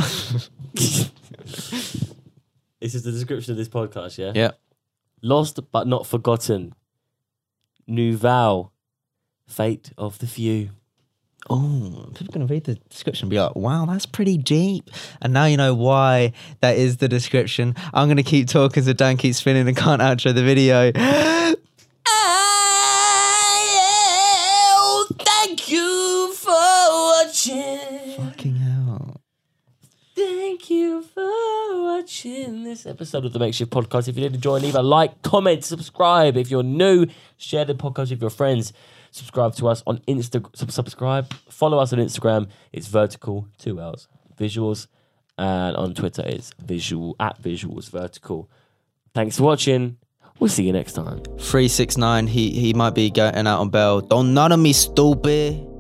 Speaker 1: This is the description of this podcast, yeah?
Speaker 2: yeah.
Speaker 1: Lost but not forgotten. Nouvelle. Fate of the few.
Speaker 2: Oh, people are going to read the description and be like, wow, that's pretty deep. And now you know why that is the description. I'm going to keep talking so Dan keeps spinning and can't outro the video.
Speaker 1: Oh, thank you for watching.
Speaker 2: Fucking hell.
Speaker 1: Thank you for watching this episode of the Makeshift Podcast. If you did enjoy, leave a like, comment, subscribe. If you're new, share the podcast with your friends. Subscribe to us on Insta. sub- Subscribe, follow us on Instagram. It's vertical two L's visuals, and on Twitter it's visual at visuals vertical. Thanks for watching. We'll see you next time.
Speaker 2: 369, he, he might be going out on bail. Don't none of me, stupid.